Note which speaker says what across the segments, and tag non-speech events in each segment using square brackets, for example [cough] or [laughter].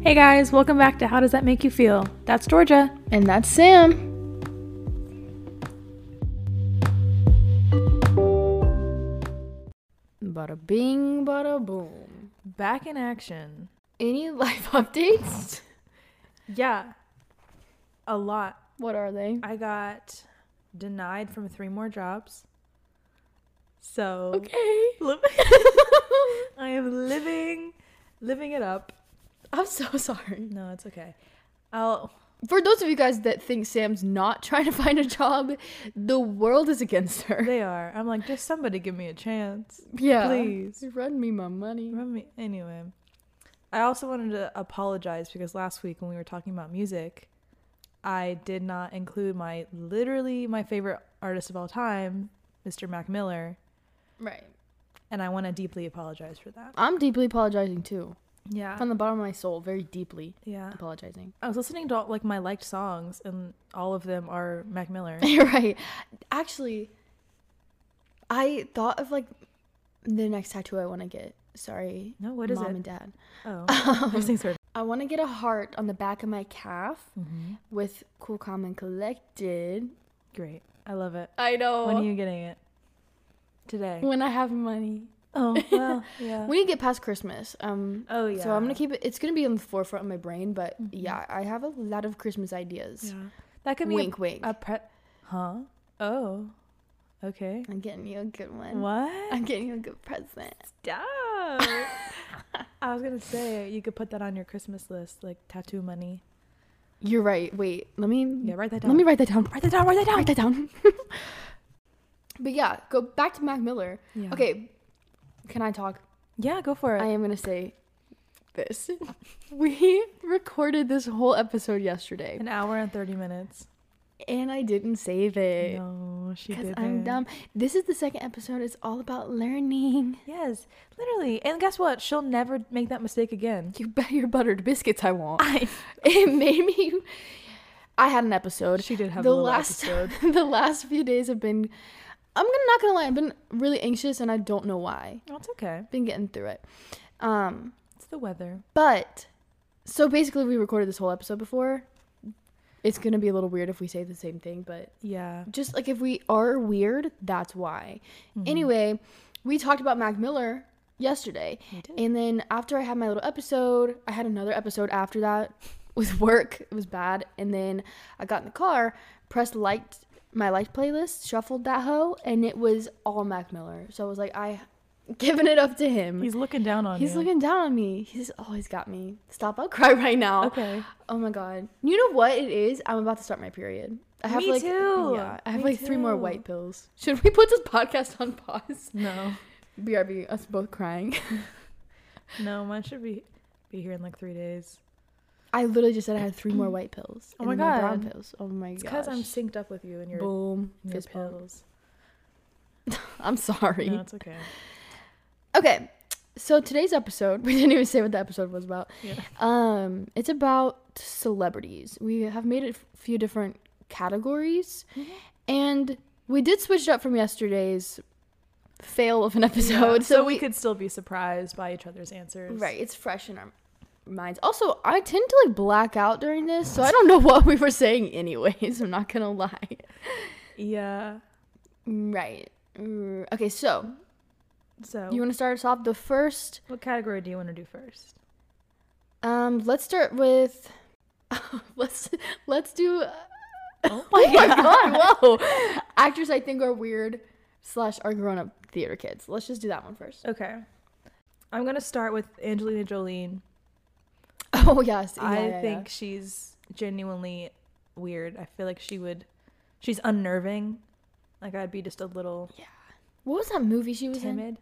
Speaker 1: Hey guys, welcome back to How Does That Make You Feel? That's Georgia.
Speaker 2: And that's Sam. Bada bing, bada boom.
Speaker 1: Back in action.
Speaker 2: Any [laughs] life updates?
Speaker 1: Yeah, a lot.
Speaker 2: What are they?
Speaker 1: I got denied from three more jobs. So
Speaker 2: Okay.
Speaker 1: li- [laughs]
Speaker 2: [laughs]
Speaker 1: I am living, living it up.
Speaker 2: I'm so sorry.
Speaker 1: No, it's okay. I'll.
Speaker 2: For those of you guys that think Sam's not trying to find a job, the world is against her.
Speaker 1: They are. I'm like, just somebody give me a chance,
Speaker 2: [laughs] Yeah.
Speaker 1: please.
Speaker 2: Run me my money.
Speaker 1: Run me- Anyway, I also wanted to apologize because last week when we were talking about music, I did not include my literally my favorite artist of all time, Mr. Mac Miller,
Speaker 2: Right.
Speaker 1: and I want to deeply apologize for that.
Speaker 2: I'm deeply apologizing too.
Speaker 1: Yeah.
Speaker 2: From the bottom of my soul, very deeply
Speaker 1: Yeah.
Speaker 2: apologizing.
Speaker 1: I was listening to all, like my liked songs and all of them are Mac
Speaker 2: [laughs]
Speaker 1: Miller.
Speaker 2: You're right. Actually, I thought of like the next tattoo I want to get. Sorry.
Speaker 1: No, what is
Speaker 2: Mom
Speaker 1: it?
Speaker 2: and dad. [laughs] Um,
Speaker 1: Oh. Those things are
Speaker 2: I want to get a heart on the back of my calf
Speaker 1: Mhm.
Speaker 2: with cool, calm, and collected.
Speaker 1: great. I love it.
Speaker 2: I know.
Speaker 1: When are you [laughs] getting it? Today.
Speaker 2: Oh. when I have money.
Speaker 1: Oh,
Speaker 2: [laughs]
Speaker 1: well, yeah.
Speaker 2: We need to get past Christmas. Um,
Speaker 1: Oh, yeah. Mm-hmm.
Speaker 2: So I'm gonna keep it. It's gonna be on the forefront of my brain, but yeah, I have a lot of Christmas ideas.
Speaker 1: Yeah. That could be a-
Speaker 2: Wink, wink.
Speaker 1: A pre- Huh? Oh. Okay.
Speaker 2: I'm getting you a good one.
Speaker 1: What?
Speaker 2: I'm getting you a good present.
Speaker 1: Stop. [laughs]
Speaker 2: [laughs]
Speaker 1: I was gonna say you could put that on your Christmas list, like tattoo money.
Speaker 2: You're right. Wait, let me.
Speaker 1: Yeah, write that down.
Speaker 2: Let me write that down.
Speaker 1: write that down. Write that down.
Speaker 2: Write that down. [laughs] but yeah, go back to Mac Miller.
Speaker 1: Yeah.
Speaker 2: Okay, can I talk?
Speaker 1: Yeah, go for it.
Speaker 2: I am gonna say this. [laughs] we recorded this whole episode yesterday,
Speaker 1: An hour and thirty minutes.
Speaker 2: and I didn't save it
Speaker 1: No, she
Speaker 2: because
Speaker 1: didn't.
Speaker 2: I'm dumb. This is the second episode. It's all about learning.
Speaker 1: Yes, literally. And guess what? She'll never make that mistake again.
Speaker 2: You bet your buttered biscuits I won't.
Speaker 1: I.
Speaker 2: it made me. I had an episode.
Speaker 1: She did have
Speaker 2: the
Speaker 1: a little
Speaker 2: last [laughs]
Speaker 1: episode.
Speaker 2: the last few days have been. I'm gonna not gonna lie. I've been really anxious, and I don't know why.
Speaker 1: That's okay.
Speaker 2: Been getting through it. Um,
Speaker 1: It's the weather.
Speaker 2: but so basically, we recorded this whole episode before. It's gonna be a little weird if we say the same thing, but
Speaker 1: Yeah.
Speaker 2: just like if we are weird, that's why. Anyway, we talked about Mac Miller yesterday.
Speaker 1: We did.
Speaker 2: And then after I had my little episode, I had another episode after that [laughs] with work. It was bad. And then I got in the car, pressed liked my liked playlist, shuffled that hoe, and it was all Mac Miller. So I was like, I [laughs] giving it up to him. He's,
Speaker 1: He's looking down on you.
Speaker 2: looking down on me. He's always got me. Stop, I'll cry right now.
Speaker 1: Okay.
Speaker 2: Oh my god. You know what it is? I'm about to start my period. I have
Speaker 1: Me
Speaker 2: like
Speaker 1: too.
Speaker 2: Yeah, I have
Speaker 1: Me
Speaker 2: like three more
Speaker 1: too.
Speaker 2: white pills. Should we put this podcast on pause?
Speaker 1: No.
Speaker 2: BRB, us both crying.
Speaker 1: No, mine should be be here in like three days.
Speaker 2: I literally just said I had three more white pills.
Speaker 1: Oh my
Speaker 2: and then brown
Speaker 1: God.
Speaker 2: pills. Oh my god.
Speaker 1: It's because I'm synced up with you and your, [laughs]
Speaker 2: boom
Speaker 1: and your
Speaker 2: fist bump.
Speaker 1: pills.
Speaker 2: I'm sorry.
Speaker 1: No, it's
Speaker 2: [laughs]
Speaker 1: okay.
Speaker 2: Okay. So today's episode, [laughs] we didn't even say what the episode was about.
Speaker 1: Yeah.
Speaker 2: Um, it's about celebrities. We have made a f- few different categories, and we did switch it up from yesterday's fail of an episode.
Speaker 1: so,
Speaker 2: so,
Speaker 1: we
Speaker 2: we,
Speaker 1: could still be surprised by each other's answers.
Speaker 2: right, it's fresh in our minds. Also, I tend to like black out during this, [laughs] so I don't know what we were saying, anyways. I'm not gonna lie.
Speaker 1: Yeah.
Speaker 2: Right. Mm, Okay, so
Speaker 1: So
Speaker 2: you want to start us off the first.
Speaker 1: what category do you want to do first?
Speaker 2: Um, let's start with. [laughs] let's let's do uh,
Speaker 1: Oh my
Speaker 2: [laughs] Oh my god, whoa. [laughs] Actors I think are weird slash are grown up theater kids. Let's just do that one first.
Speaker 1: Okay. I'm gonna start with Angelina Jolie.
Speaker 2: Oh yes. Yeah,
Speaker 1: I
Speaker 2: yeah, yeah.
Speaker 1: think she's genuinely weird. I feel like she would she's unnerving. Like I'd be just a little
Speaker 2: What was that movie she was
Speaker 1: timid.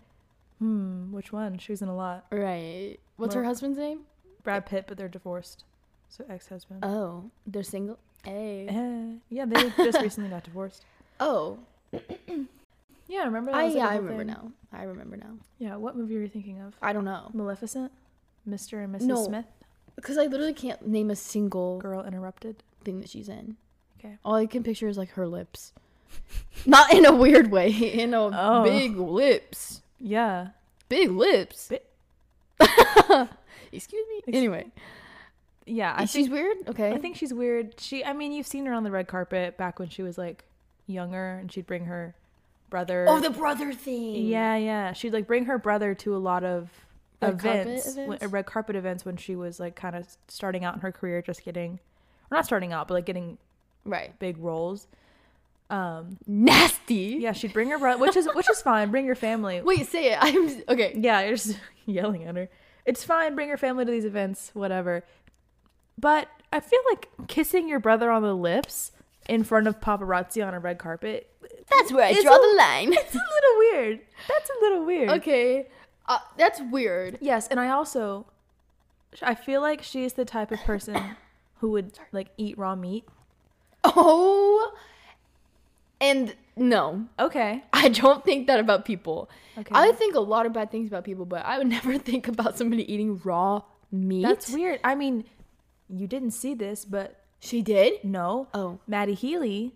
Speaker 1: Hmm, which one? She was in a lot.
Speaker 2: in? Right. What's her
Speaker 1: Well-
Speaker 2: husband's name?
Speaker 1: Brad Pitt, but they're divorced. So ex husband.
Speaker 2: Oh. They're single. [laughs] Hey.
Speaker 1: Eh, [laughs] yeah, they just recently got divorced.
Speaker 2: Oh.
Speaker 1: Yeah, remember that?
Speaker 2: I
Speaker 1: was, like,
Speaker 2: yeah,
Speaker 1: a
Speaker 2: I
Speaker 1: whole
Speaker 2: remember
Speaker 1: thing.
Speaker 2: now. I remember now.
Speaker 1: Yeah, what movie were you thinking of?
Speaker 2: I don't know.
Speaker 1: Maleficent? Mr. and Mrs.
Speaker 2: No.
Speaker 1: Smith?
Speaker 2: Because I literally can't name a single
Speaker 1: Girl Interrupted?
Speaker 2: thing that she's in.
Speaker 1: Okay.
Speaker 2: All I can picture is like her lips. [laughs] Not in a weird way, [laughs] in a
Speaker 1: Oh.
Speaker 2: big lips.
Speaker 1: Yeah.
Speaker 2: Big lips.
Speaker 1: Bi-
Speaker 2: [laughs] Excuse me.
Speaker 1: Ex-
Speaker 2: Anyway.
Speaker 1: yeah, I
Speaker 2: she's
Speaker 1: think,
Speaker 2: weird. Okay.
Speaker 1: I think she's weird. She, I mean, you've seen her on the red carpet back when she was like younger, and she'd bring her brother.
Speaker 2: oh, the brother thing.
Speaker 1: yeah, yeah. She'd like bring her brother to a lot of
Speaker 2: Red carpet
Speaker 1: events, when- uh,
Speaker 2: events?
Speaker 1: red carpet events when she was like kind of starting out in her career, just getting, or not starting out, but like getting
Speaker 2: Right.
Speaker 1: big roles. Um,
Speaker 2: Nasty.
Speaker 1: yeah, she'd bring her brother, which is which is fine. Bring your family.
Speaker 2: Wait, say it. [laughs] I'm okay.
Speaker 1: Yeah, you're just [laughs] yelling at her. It's fine. Bring your family to these events, whatever. But I feel like kissing your brother on the lips in front of paparazzi on a red carpet.
Speaker 2: That's where I
Speaker 1: It's
Speaker 2: draw
Speaker 1: a-
Speaker 2: the line.
Speaker 1: It's a little weird. That's a little weird.
Speaker 2: okay. Uh, that's weird. [laughs]
Speaker 1: Yes, and I also, I feel like she's the type of person who would like eat raw meat.
Speaker 2: Oh. And no,
Speaker 1: Okay.
Speaker 2: I don't think that about people.
Speaker 1: Okay.
Speaker 2: I think a lot of bad things about people, but I would [laughs] never think about somebody eating raw meat.
Speaker 1: That's weird. I mean, you didn't see this, but
Speaker 2: She did?
Speaker 1: no.
Speaker 2: Oh.
Speaker 1: Maddie Healy,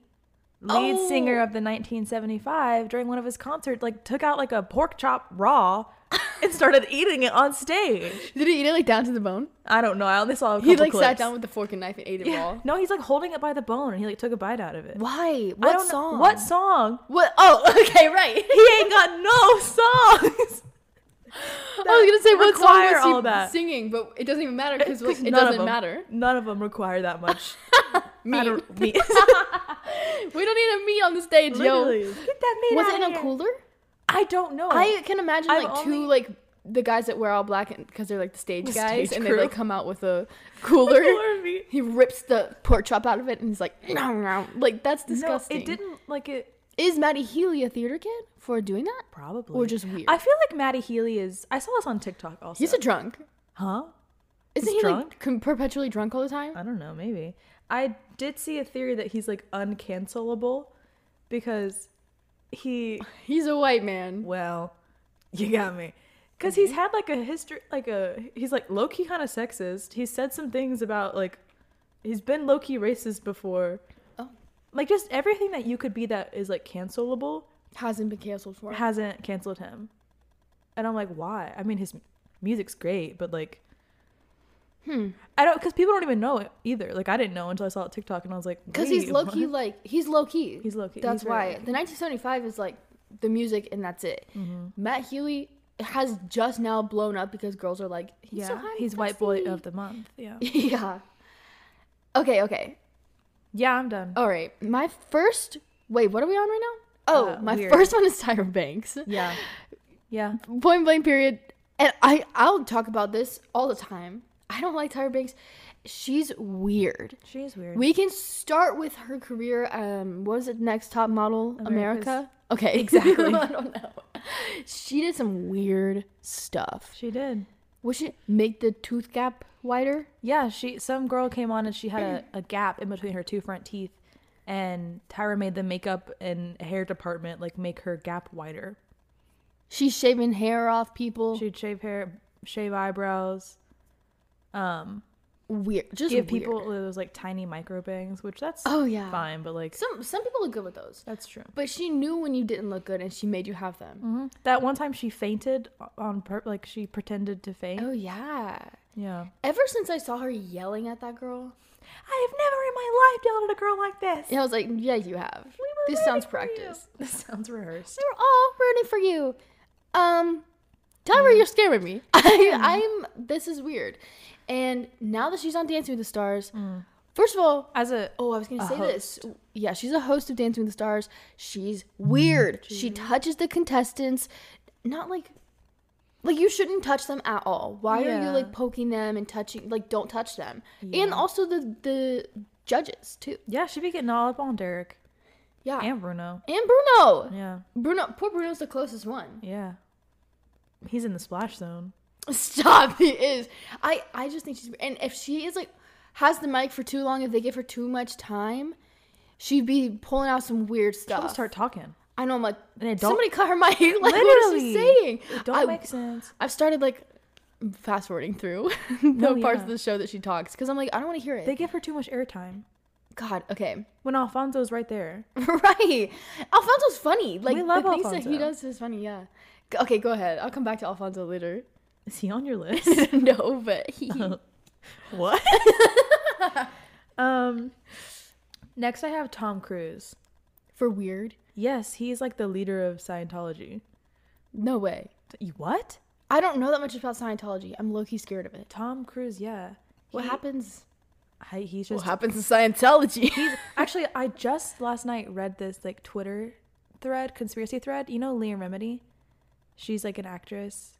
Speaker 1: lead
Speaker 2: Oh.
Speaker 1: singer of the 1975, during one of his concerts, like took out like a pork chop raw and started eating it on stage.
Speaker 2: Did he eat it like down to the bone?
Speaker 1: I don't know. I only saw a couple
Speaker 2: He like sat
Speaker 1: clips.
Speaker 2: down with the fork and knife and ate it raw.
Speaker 1: No, he's like holding it by the bone and he like took a bite out of it.
Speaker 2: Why?
Speaker 1: I
Speaker 2: What
Speaker 1: don't know-
Speaker 2: song?
Speaker 1: What song?
Speaker 2: What? Oh, [laughs] okay, right.
Speaker 1: He ain't got no
Speaker 2: [laughs]
Speaker 1: songs.
Speaker 2: I was gonna say what song
Speaker 1: require
Speaker 2: was he
Speaker 1: all that.
Speaker 2: singing, but it doesn't
Speaker 1: [laughs]
Speaker 2: even matter because
Speaker 1: None
Speaker 2: it
Speaker 1: of
Speaker 2: doesn't
Speaker 1: them-
Speaker 2: matter.
Speaker 1: None of them require that
Speaker 2: [laughs]
Speaker 1: much.
Speaker 2: Meat.
Speaker 1: I don't, meat.
Speaker 2: [laughs] we don't need a meat on the
Speaker 1: [laughs]
Speaker 2: stage,
Speaker 1: Literally.
Speaker 2: yo.
Speaker 1: Get that meat
Speaker 2: Was
Speaker 1: out
Speaker 2: it in
Speaker 1: of
Speaker 2: a
Speaker 1: here.
Speaker 2: cooler?
Speaker 1: I don't know. [laughs]
Speaker 2: I can imagine
Speaker 1: Oh. I've
Speaker 2: like two
Speaker 1: only-
Speaker 2: like the guys that wear all black because they're like the stage
Speaker 1: The
Speaker 2: guys
Speaker 1: stage
Speaker 2: and
Speaker 1: crew.
Speaker 2: they like come out with a
Speaker 1: [laughs]
Speaker 2: cooler.
Speaker 1: Cooler meat.
Speaker 2: he rips the pork chop out of it and he's like, "Nom, nom." like that's disgusting.
Speaker 1: No, it didn't like it.
Speaker 2: Is Maddie Healy a theater kid for doing that?
Speaker 1: Probably.
Speaker 2: Or just weird.
Speaker 1: I feel like Maddie Healy is. I saw this on TikTok also.
Speaker 2: He's a drunk.
Speaker 1: huh?
Speaker 2: Isn't
Speaker 1: He's
Speaker 2: he like
Speaker 1: drunk? Uh,
Speaker 2: com- perpetually drunk all the time?
Speaker 1: I don't know. Maybe. I did see a theory that he's like uncancelable because he.
Speaker 2: He's a white man.
Speaker 1: Well, [laughs] you got me. Because he's had like a history, like a. He's like low key kind of sexist. He's said some things about like. He's been low key racist before.
Speaker 2: Oh.
Speaker 1: Like just everything that you could be that is like cancelable
Speaker 2: Hasn't been canceled for.
Speaker 1: hasn't canceled him. And I'm like, why? I mean, his m- music's great, but like,
Speaker 2: Hmm.
Speaker 1: I don't, because people don't even know it either. Like, I didn't know until I saw a TikTok and I was like,
Speaker 2: Because he's
Speaker 1: wait,
Speaker 2: low key,
Speaker 1: what?
Speaker 2: like he's low key.
Speaker 1: He's low-key.
Speaker 2: That's
Speaker 1: He's
Speaker 2: why
Speaker 1: very
Speaker 2: the 1975 is like the music and that's it.
Speaker 1: Mm-hmm.
Speaker 2: Matt Healy has just now blown up because girls are like, he's so
Speaker 1: Yeah,
Speaker 2: hot and
Speaker 1: he's white boy
Speaker 2: sexy."
Speaker 1: of the month. Yeah.
Speaker 2: [laughs] yeah. Okay. Okay.
Speaker 1: Yeah, I'm
Speaker 2: [laughs]
Speaker 1: done.
Speaker 2: All right. My first. Wait. What are we on right now? Oh,
Speaker 1: Uh,
Speaker 2: my
Speaker 1: weird.
Speaker 2: first [laughs] one is Tyra Banks.
Speaker 1: Yeah. Yeah.
Speaker 2: Point blank. Period. And I I'll talk about this all the time. I don't like Tyra Banks. She's weird.
Speaker 1: She is weird.
Speaker 2: We can start with her career. Um, what was it? Next Top Model
Speaker 1: America's-
Speaker 2: America. [laughs] Okay,
Speaker 1: Exactly.
Speaker 2: I don't know. She did some weird stuff.
Speaker 1: she did.
Speaker 2: Would she make the tooth gap wider?
Speaker 1: Yeah, she, some girl came on and she had a, a gap in between her two front teeth. And Tyra made the makeup and hair department like make her gap wider.
Speaker 2: She's shaving hair off people.
Speaker 1: She'd shave hair, shave eyebrows. Um,
Speaker 2: weird. Just
Speaker 1: give
Speaker 2: weird.
Speaker 1: people those like tiny micro bangs, which that's
Speaker 2: Oh yeah.
Speaker 1: fine, but like
Speaker 2: Some some people look good with those,
Speaker 1: that's true.
Speaker 2: but she knew when you didn't look good, and she made you have them.
Speaker 1: Mm-hmm. That one time she fainted on pur- like she pretended to faint.
Speaker 2: Oh yeah.
Speaker 1: Yeah.
Speaker 2: Ever since I saw her yelling at that girl,
Speaker 1: I have never in my life yelled at a girl like this.
Speaker 2: and I was like, "Yeah, you have.
Speaker 1: were
Speaker 2: this sounds
Speaker 1: rooting for you."
Speaker 2: practice." [laughs]
Speaker 1: This sounds rehearsed.
Speaker 2: They were all rooting for you. Um, Tyra, you're scaring me. [laughs] I, I'm. This is weird. And now that she's on Dancing with the Stars, first of all,
Speaker 1: As a
Speaker 2: oh, I was gonna
Speaker 1: A
Speaker 2: say this. Yeah, she's a Mm. host of Dancing with the Stars. She's weird. Mm, She touches the contestants, not like. Like you shouldn't touch them at all. Why are you
Speaker 1: Yeah.
Speaker 2: like poking them and touching? Like don't touch them. And also the the judges too.
Speaker 1: yeah, she be getting all up on Derek
Speaker 2: Yeah. And,
Speaker 1: and Bruno.
Speaker 2: Bruno.
Speaker 1: Yeah.
Speaker 2: Bruno. Poor Bruno's the closest one.
Speaker 1: Yeah. He's in the splash zone.
Speaker 2: Stop! He is. I I just think she's and if she is like has the mic for too long, if they give her too much time, she'd be pulling out some weird
Speaker 1: People
Speaker 2: stuff.
Speaker 1: start talking.
Speaker 2: I know. I'm like,
Speaker 1: And it don't
Speaker 2: somebody cut her mic. [laughs] Like, what is she
Speaker 1: Literally.
Speaker 2: saying?
Speaker 1: it don't
Speaker 2: I,
Speaker 1: make sense.
Speaker 2: I've started like fast forwarding through [laughs] the parts
Speaker 1: yeah.
Speaker 2: of the show that she talks because I'm like, I don't want to hear it.
Speaker 1: They give her too much airtime.
Speaker 2: God, okay, [laughs]
Speaker 1: When Alfonso's right there. [laughs]
Speaker 2: right. Alfonso's funny. Like
Speaker 1: love
Speaker 2: the things that he
Speaker 1: Alfonso.
Speaker 2: does is funny. Yeah. [laughs] G- Okay, go ahead. I'll come back to Alfonso later. [laughs]
Speaker 1: [laughs] Is he on your list?
Speaker 2: no, but he. [laughs]
Speaker 1: What? um, next I have Tom Cruise.
Speaker 2: For weird?
Speaker 1: Yes, he's like the leader of Scientology.
Speaker 2: No way.
Speaker 1: You- What?
Speaker 2: I don't know that much about Scientology. I'm low key scared of it.
Speaker 1: Tom Cruise? Yeah.
Speaker 2: What
Speaker 1: He-
Speaker 2: happens?
Speaker 1: I, he's just
Speaker 2: happens to Scientology?
Speaker 1: [laughs] actually. I just last night read this like Twitter thread, conspiracy thread. You know Leah Remedy? She's like an actress.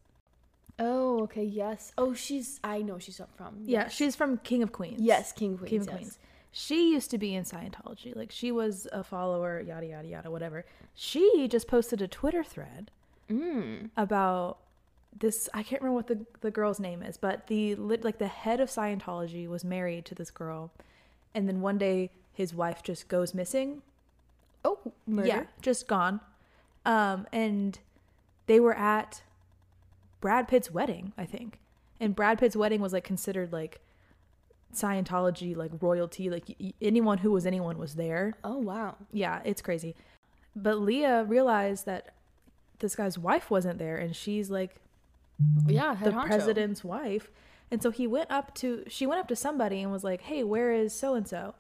Speaker 2: oh, okay. Yes. Oh, she's. I know she's up from.
Speaker 1: Yeah, she's from King of Queens.
Speaker 2: Yes, King Queens.
Speaker 1: King of
Speaker 2: yes.
Speaker 1: Queens. She used to be in Scientology. Like she was a follower, yada yada yada, whatever. She just posted a Twitter thread about this. I can't remember what the the girl's name is, but the lit- like the head of Scientology was married to this girl, and then one day his wife just goes missing.
Speaker 2: Oh, murder.
Speaker 1: Yeah, just gone. Um, and they were at Brad Pitt's wedding, I think. And Brad Pitt's wedding was like considered like Scientology, like royalty, like y- y- anyone who was anyone was there.
Speaker 2: Oh wow.
Speaker 1: Yeah, it's crazy. But Leah realized that this guy's wife wasn't there, and she's like
Speaker 2: Yeah. Head
Speaker 1: the
Speaker 2: honcho.
Speaker 1: president's wife. And so he went up to she went up to somebody and was like, "Hey, where is so and so?"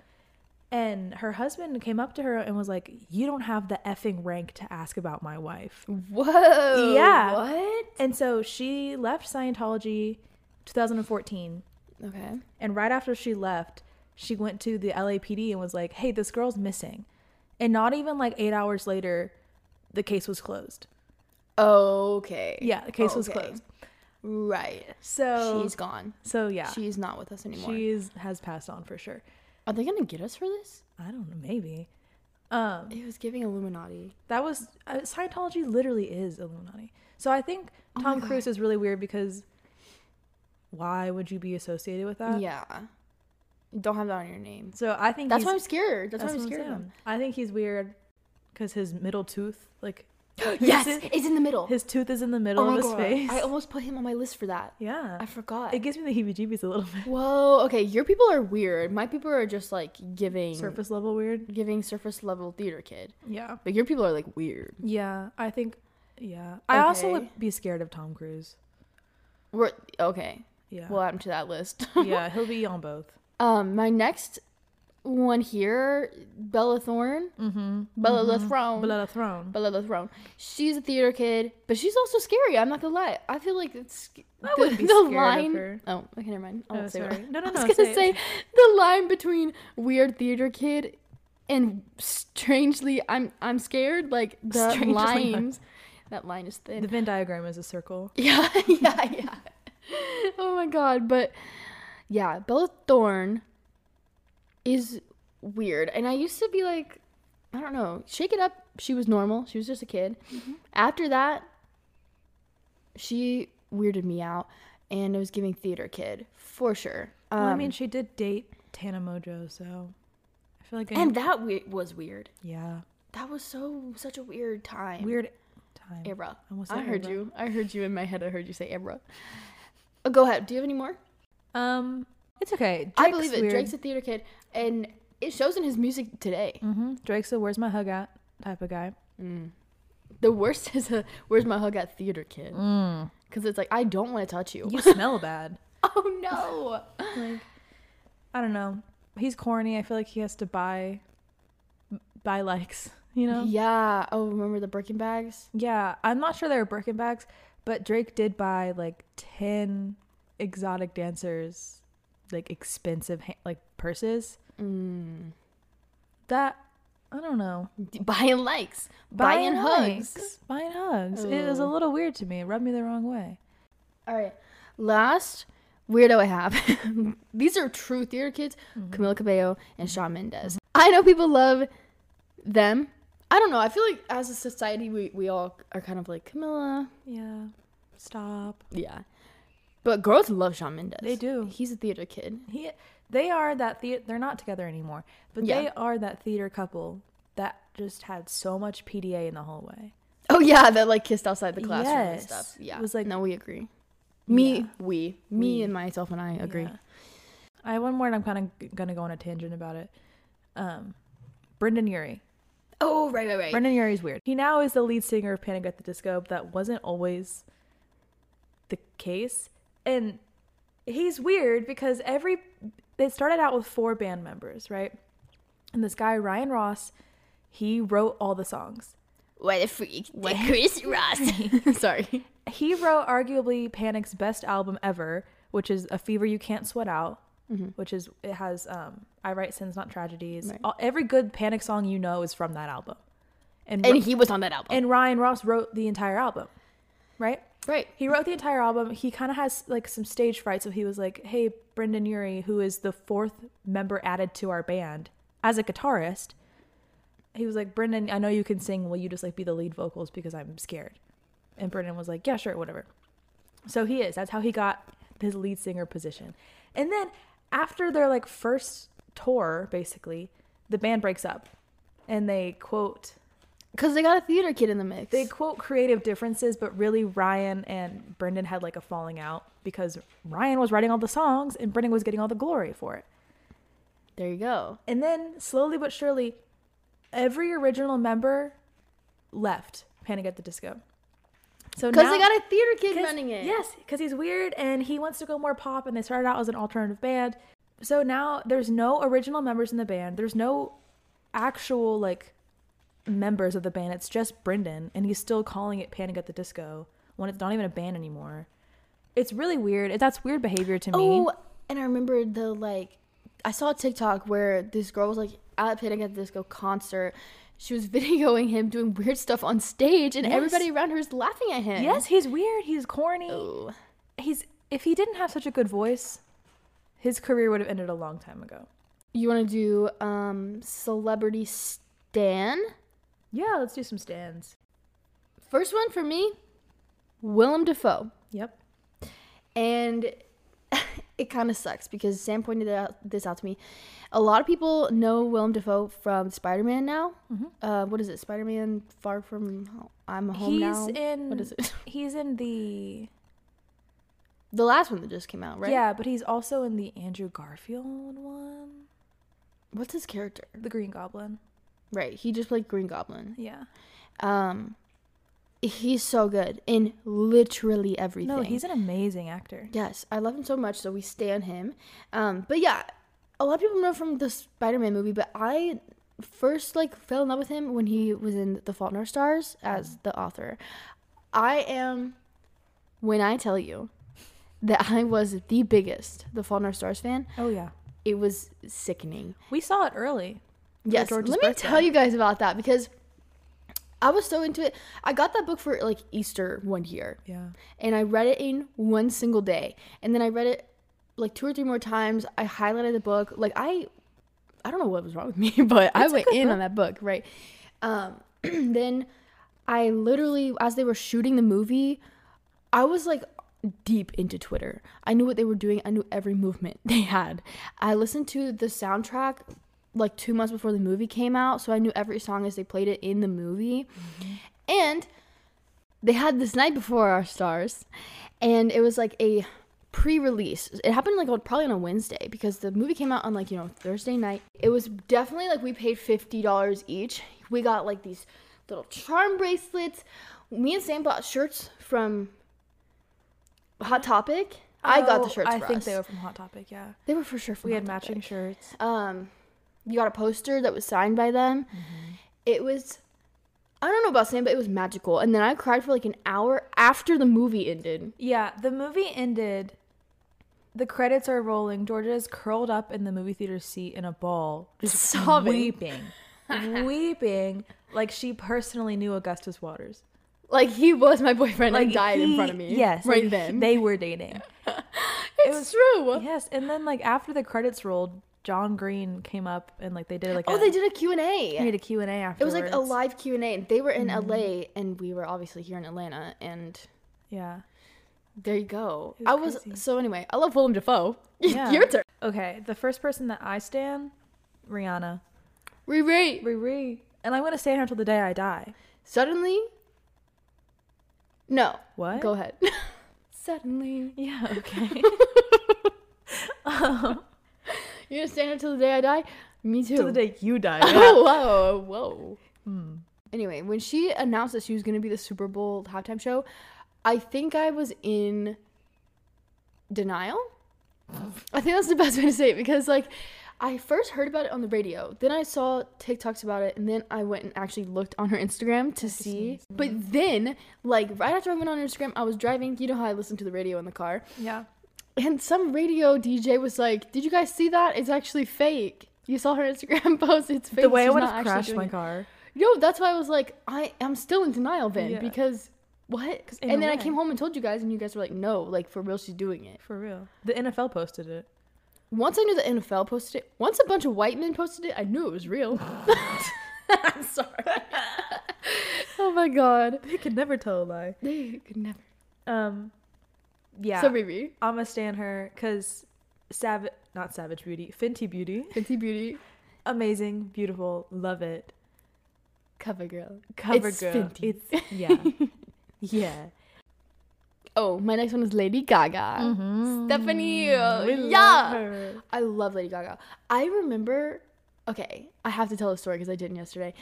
Speaker 1: And her husband came up to her and was like, "You don't have the effing rank to ask about my wife."
Speaker 2: Whoa.
Speaker 1: Yeah.
Speaker 2: What?
Speaker 1: And so she left Scientology 2014,
Speaker 2: Okay.
Speaker 1: and right after she left, she went to the LAPD and was like, "Hey, this girl's missing." And not even like 8 hours later, the case was closed.
Speaker 2: Okay.
Speaker 1: Yeah, the case was
Speaker 2: Oh, Okay.
Speaker 1: closed.
Speaker 2: Right.
Speaker 1: So
Speaker 2: She's gone.
Speaker 1: so yeah.
Speaker 2: She's not with us anymore.
Speaker 1: She's has passed on for sure.
Speaker 2: Are they gonna get us for this?
Speaker 1: I don't know, maybe. Um,
Speaker 2: It was giving Illuminati.
Speaker 1: that was uh, Scientology. Literally is Illuminati. So I think
Speaker 2: Oh
Speaker 1: Tom Cruise is really weird because why would you be associated with that?
Speaker 2: Uh, yeah. Don't have that on your name.
Speaker 1: So I think
Speaker 2: That's
Speaker 1: he's,
Speaker 2: why I'm scared. That's, why I'm
Speaker 1: what
Speaker 2: scared of
Speaker 1: saying.
Speaker 2: him.
Speaker 1: I think he's weird because his middle tooth,
Speaker 2: [gasps]
Speaker 1: like
Speaker 2: yes,
Speaker 1: it-
Speaker 2: it's in the middle.
Speaker 1: his tooth is in the middle
Speaker 2: Oh my
Speaker 1: of his
Speaker 2: God.
Speaker 1: face.
Speaker 2: I almost put him on my list for that.
Speaker 1: [laughs] yeah,
Speaker 2: I forgot.
Speaker 1: it gives me the heebie-jeebies a little bit.
Speaker 2: Whoa. Okay, your people are weird. My people are just like giving
Speaker 1: Surface level weird.
Speaker 2: giving surface level theater kid.
Speaker 1: Yeah,
Speaker 2: But your people are like weird.
Speaker 1: yeah. I think. Yeah, I also
Speaker 2: Okay.
Speaker 1: would be scared of Tom Cruise.
Speaker 2: We're okay.
Speaker 1: Yeah,
Speaker 2: We'll add him to that list. [laughs]
Speaker 1: yeah. He'll be on both.
Speaker 2: um, my next one here, Bella Thorne.
Speaker 1: Mm-hmm.
Speaker 2: Bella Thorne.
Speaker 1: Blood of Throne.
Speaker 2: Bella La Throne. She's a theater kid, but she's also scary. I'm not gonna lie. I feel like it's
Speaker 1: I
Speaker 2: [laughs]
Speaker 1: wouldn't be scared of her.
Speaker 2: Oh, okay, never mind. I
Speaker 1: Oh,
Speaker 2: won't say what
Speaker 1: sorry. No, no,
Speaker 2: [laughs]
Speaker 1: no,
Speaker 2: I was gonna
Speaker 1: say it.
Speaker 2: say the line between weird theater kid and strangely, I'm I'm
Speaker 1: [laughs]
Speaker 2: scared. Like the
Speaker 1: Strangely.
Speaker 2: lines, that line is thin.
Speaker 1: The Venn diagram is a circle.
Speaker 2: [laughs] Yeah, yeah, yeah. oh my god, but yeah, Bella Thorne is weird. And I used to be like, I don't know, shake it up. She was normal. She was just a kid.
Speaker 1: Mm-hmm.
Speaker 2: After that, she weirded me out and I was giving theater kid for sure. Um,
Speaker 1: well, I mean, she did date Tana Mojo, so I feel like I
Speaker 2: and that we- was weird.
Speaker 1: yeah,
Speaker 2: That was so such a weird time.
Speaker 1: weird time.
Speaker 2: era.
Speaker 1: I almost
Speaker 2: I
Speaker 1: said
Speaker 2: heard
Speaker 1: era.
Speaker 2: you. I heard you in my head. I heard you say era. Oh, go ahead. Do you have any more?
Speaker 1: Um, it's okay.
Speaker 2: I believe it.
Speaker 1: weird.
Speaker 2: Drake's a theater kid, and it shows in his music today.
Speaker 1: hmm Drake's a "Where's my hug at?" type of guy.
Speaker 2: Mm. The worst [laughs] is a "Where's my hug at theater kid?" Because it's like I don't want to touch Mm. you.
Speaker 1: You [laughs] smell bad.
Speaker 2: [laughs] oh no!
Speaker 1: I don't know. He's corny. I feel like he has to buy buy likes. You know.
Speaker 2: Yeah. Oh, remember the Birkin bags?
Speaker 1: Yeah, I'm not sure they were Birkin bags, but Drake did buy like 10 exotic dancers like expensive ha- like purses.
Speaker 2: Mm.
Speaker 1: That I don't know.
Speaker 2: D- Buying likes, buying, hugs.
Speaker 1: likes, Buying hugs. It was a little weird to me. It rubbed me the wrong way.
Speaker 2: All right. Last weirdo I have. [laughs] These are true theater kids
Speaker 1: Mm-hmm.
Speaker 2: Camila Cabello and Shawn Mendes. I know people love them. I don't know. I feel like as a society, we, we all are kind of like, Camila.
Speaker 1: Yeah. Stop.
Speaker 2: Yeah. But girls love Shawn Mendes.
Speaker 1: They do.
Speaker 2: He's a theater kid.
Speaker 1: He they are that the- they're not together anymore, but they
Speaker 2: Yeah.
Speaker 1: are that theater couple that just had so much PDA in the hallway.
Speaker 2: Oh, yeah. That like kissed outside the classroom and
Speaker 1: Yes.
Speaker 2: stuff. Yeah.
Speaker 1: It was like-
Speaker 2: no, we agree. Me,
Speaker 1: Yeah.
Speaker 2: we, me
Speaker 1: We.
Speaker 2: and myself and I agree.
Speaker 1: Yeah. I have one more, and I'm kind of gonna go on a tangent about it. Um, Brendan Urie.
Speaker 2: Oh, right, right, right.
Speaker 1: Brendan Urie's weird. He now is the lead singer of Panic at the Disco. But that wasn't always the case, and he's weird because every they started out with four band members, right? And this guy Ryan Ross, he wrote all the songs.
Speaker 2: What a freak. What Chris Ross.
Speaker 1: [laughs]
Speaker 2: [laughs] Sorry.
Speaker 1: He wrote arguably Panic's best album ever, which is "A Fever You Can't Sweat Out," which is it has um, "I Write Sins Not Tragedies."
Speaker 2: Mm-hmm. Right.
Speaker 1: All, every good Panic song you know is from that album, and
Speaker 2: And
Speaker 1: Ri-
Speaker 2: he was on that album.
Speaker 1: and Ryan Ross wrote the entire album, right?
Speaker 2: right.
Speaker 1: He wrote the entire album. He kind of has like some stage fright, so he was like, "Hey, Brendan Urie, who is the fourth member added to our band as a guitarist." He was like, "Brendan, I know you can sing. Will you just like be the lead vocals because I'm scared?" And Brendan was like, "Yeah, sure, whatever." So he is. That's how he got his lead singer position. And then after their like first tour, basically, the band breaks up, and they quote
Speaker 2: Because they got a theater kid in the mix.
Speaker 1: they quote creative differences, but really Ryan and Brendan had like a falling out because Ryan was writing all the songs and Brendan was getting all the glory for it.
Speaker 2: there you go.
Speaker 1: And then slowly but surely, every original member left Panic at the Disco. So
Speaker 2: Because
Speaker 1: now,
Speaker 2: they got a theater kid
Speaker 1: 'cause-
Speaker 2: running it.
Speaker 1: Yes, because he's weird and he wants to go more pop. And they started out as an alternative band. So now there's no original members in the band. There's no actual like members of the band. It's just Brendan, and he's still calling it Panic at the Disco when it's not even a band anymore. It's really weird. It- That's weird behavior to me.
Speaker 2: Oh, and I remember the like, I saw a TikTok where this girl was like at Panic at the Disco concert. She was [laughs] videoing him doing weird stuff on stage, and
Speaker 1: Yes.
Speaker 2: everybody around her was laughing at him.
Speaker 1: Yes, he's weird. He's corny.
Speaker 2: Oh.
Speaker 1: He's if he didn't have such a good voice, his career would have ended a long time ago.
Speaker 2: You want to do um celebrity Stan?
Speaker 1: Yeah, let's do some stands.
Speaker 2: First one for me, Willem Dafoe.
Speaker 1: Yep.
Speaker 2: And [laughs] it kind of sucks because Sam pointed it out, this out to me. A lot of people know Willem Dafoe from Spider Man now.
Speaker 1: Mm-hmm.
Speaker 2: Uh, what is it? Spider Man Far From Home. I'm Home
Speaker 1: he's
Speaker 2: Now.
Speaker 1: in
Speaker 2: What is
Speaker 1: [laughs]
Speaker 2: it?
Speaker 1: He's in the
Speaker 2: The last one that just came out, right?
Speaker 1: yeah, but he's also in the Andrew Garfield one,
Speaker 2: What's his character?
Speaker 1: the Green Goblin.
Speaker 2: Right. He just played Green Goblin.
Speaker 1: Yeah,
Speaker 2: Um, he's so good in literally everything.
Speaker 1: no, he's an amazing actor.
Speaker 2: Yes, I love him so much, so we stand him. Um, but yeah, a lot of people know from the Spider-Man movie, but I first like fell in love with him when he was in The Fault in Our Stars as the author. I am when I tell you that I was the biggest The Fault in Our Stars fan.
Speaker 1: Oh yeah,
Speaker 2: It was sickening.
Speaker 1: we saw it early.
Speaker 2: Yes,
Speaker 1: George's
Speaker 2: let me
Speaker 1: birthday.
Speaker 2: tell you guys about that because I was so into it. I got that book for like Easter one year
Speaker 1: Yeah,
Speaker 2: and I read it in one single day. And then I read it like two or three more times. I highlighted the book. Like I I don't know what was wrong with me, [laughs] but I
Speaker 1: It's a
Speaker 2: went
Speaker 1: good
Speaker 2: in on that book, right? Um [clears throat] then I literally as they were shooting the movie, I was like deep into Twitter. I knew what they were doing. I knew every movement [laughs] they had. I listened to the soundtrack like 2 months before the movie came out, so I knew every song as they played it in the movie. And they had this night before our stars and it was like a pre-release it happened like on, probably on a wednesday because the movie came out on like you know thursday night it was definitely like we paid $50 each we got like these little charm bracelets me and sam bought shirts from hot topic i got the
Speaker 1: Oh,
Speaker 2: shirts
Speaker 1: I
Speaker 2: for
Speaker 1: think
Speaker 2: us.
Speaker 1: they were from Hot Topic. Yeah,
Speaker 2: they were for sure from
Speaker 1: we had
Speaker 2: Hot Topic.
Speaker 1: matching shirts.
Speaker 2: um you got a poster that was signed by them
Speaker 1: Mm-hmm.
Speaker 2: it was i don't know about sam but it was magical and then i cried for like an hour after the movie ended
Speaker 1: Yeah, the movie ended. The credits are rolling. Georgia is curled up in the movie theater seat in a ball, just
Speaker 2: Sobbing.
Speaker 1: [laughs] weeping, weeping like she personally knew Augustus Waters.
Speaker 2: like he was my boyfriend like,
Speaker 1: Like,
Speaker 2: died in front of
Speaker 1: he-
Speaker 2: me
Speaker 1: Yes,
Speaker 2: right
Speaker 1: like,
Speaker 2: then
Speaker 1: they were dating.
Speaker 2: it's true
Speaker 1: Yes, and then like after the credits rolled, John Green came up and like they did like
Speaker 2: oh
Speaker 1: a,
Speaker 2: they did a q&a
Speaker 1: they did a Q and A
Speaker 2: it
Speaker 1: afterwards.
Speaker 2: was like a live q&a and they were in la
Speaker 1: Mm-hmm.
Speaker 2: and we were obviously here in atlanta and
Speaker 1: Yeah.
Speaker 2: there you go
Speaker 1: It was
Speaker 2: i was
Speaker 1: crazy.
Speaker 2: so anyway i love willem dafoe [laughs]
Speaker 1: Yeah.
Speaker 2: your turn
Speaker 1: Okay, the first person that I stand, Rihanna,
Speaker 2: Riri.
Speaker 1: Riri, and I'm gonna stand her till the day I die.
Speaker 2: suddenly no
Speaker 1: What?
Speaker 2: go ahead [laughs] suddenly
Speaker 1: Yeah.
Speaker 2: [laughs]
Speaker 1: Okay. Um,
Speaker 2: You're gonna stand here till the day I die? Me too.
Speaker 1: till
Speaker 2: [laughs]
Speaker 1: the day you die. Hmm.
Speaker 2: oh, whoa, whoa. Anyway, when she announced that she was gonna be the Super Bowl halftime show, I think I was in denial. I think that's the best way to say it because like I first heard about it on the radio, then I saw TikToks about it, and then I went and actually looked on her Instagram to see. But then, like right after I went on her Instagram, I was driving. You know how I listen to the radio in the car,
Speaker 1: Yeah.
Speaker 2: and some radio DJ was like, "Did you guys see that? It's actually fake." You saw her Instagram [laughs] post. It's fake.
Speaker 1: The way I
Speaker 2: She's
Speaker 1: would
Speaker 2: not
Speaker 1: have
Speaker 2: actually
Speaker 1: crashed
Speaker 2: doing
Speaker 1: my
Speaker 2: it."
Speaker 1: car.
Speaker 2: No, that's why I was like, I I'm still in denial then
Speaker 1: Yeah.
Speaker 2: because what?
Speaker 1: in
Speaker 2: And
Speaker 1: a
Speaker 2: then I
Speaker 1: way-
Speaker 2: came home and told you guys, and you guys were like, no, like for real, she's doing it.
Speaker 1: For real. The NFL posted it. [laughs]
Speaker 2: Once I knew the NFL posted it, once a bunch of white men posted it, I knew it was real. [laughs]
Speaker 1: [laughs]
Speaker 2: I'm sorry. oh my god,
Speaker 1: They could never tell a lie.
Speaker 2: they could never.
Speaker 1: Um, yeah.
Speaker 2: So Riri,
Speaker 1: I'm gonna stand her because Savage, not Savage Beauty, Fenty Beauty,
Speaker 2: Fenty Beauty,
Speaker 1: amazing, beautiful, love it.
Speaker 2: cover girl.
Speaker 1: Cover
Speaker 2: It's
Speaker 1: girl,
Speaker 2: Fenty.
Speaker 1: it's
Speaker 2: [laughs]
Speaker 1: yeah, yeah.
Speaker 2: Oh, my next one is Lady Gaga. Uh,
Speaker 1: Mm-hmm.
Speaker 2: Stephanie,
Speaker 1: We love
Speaker 2: yeah.
Speaker 1: her.
Speaker 2: I love Lady Gaga. I remember, okay, I have to tell a story because I didn't yesterday.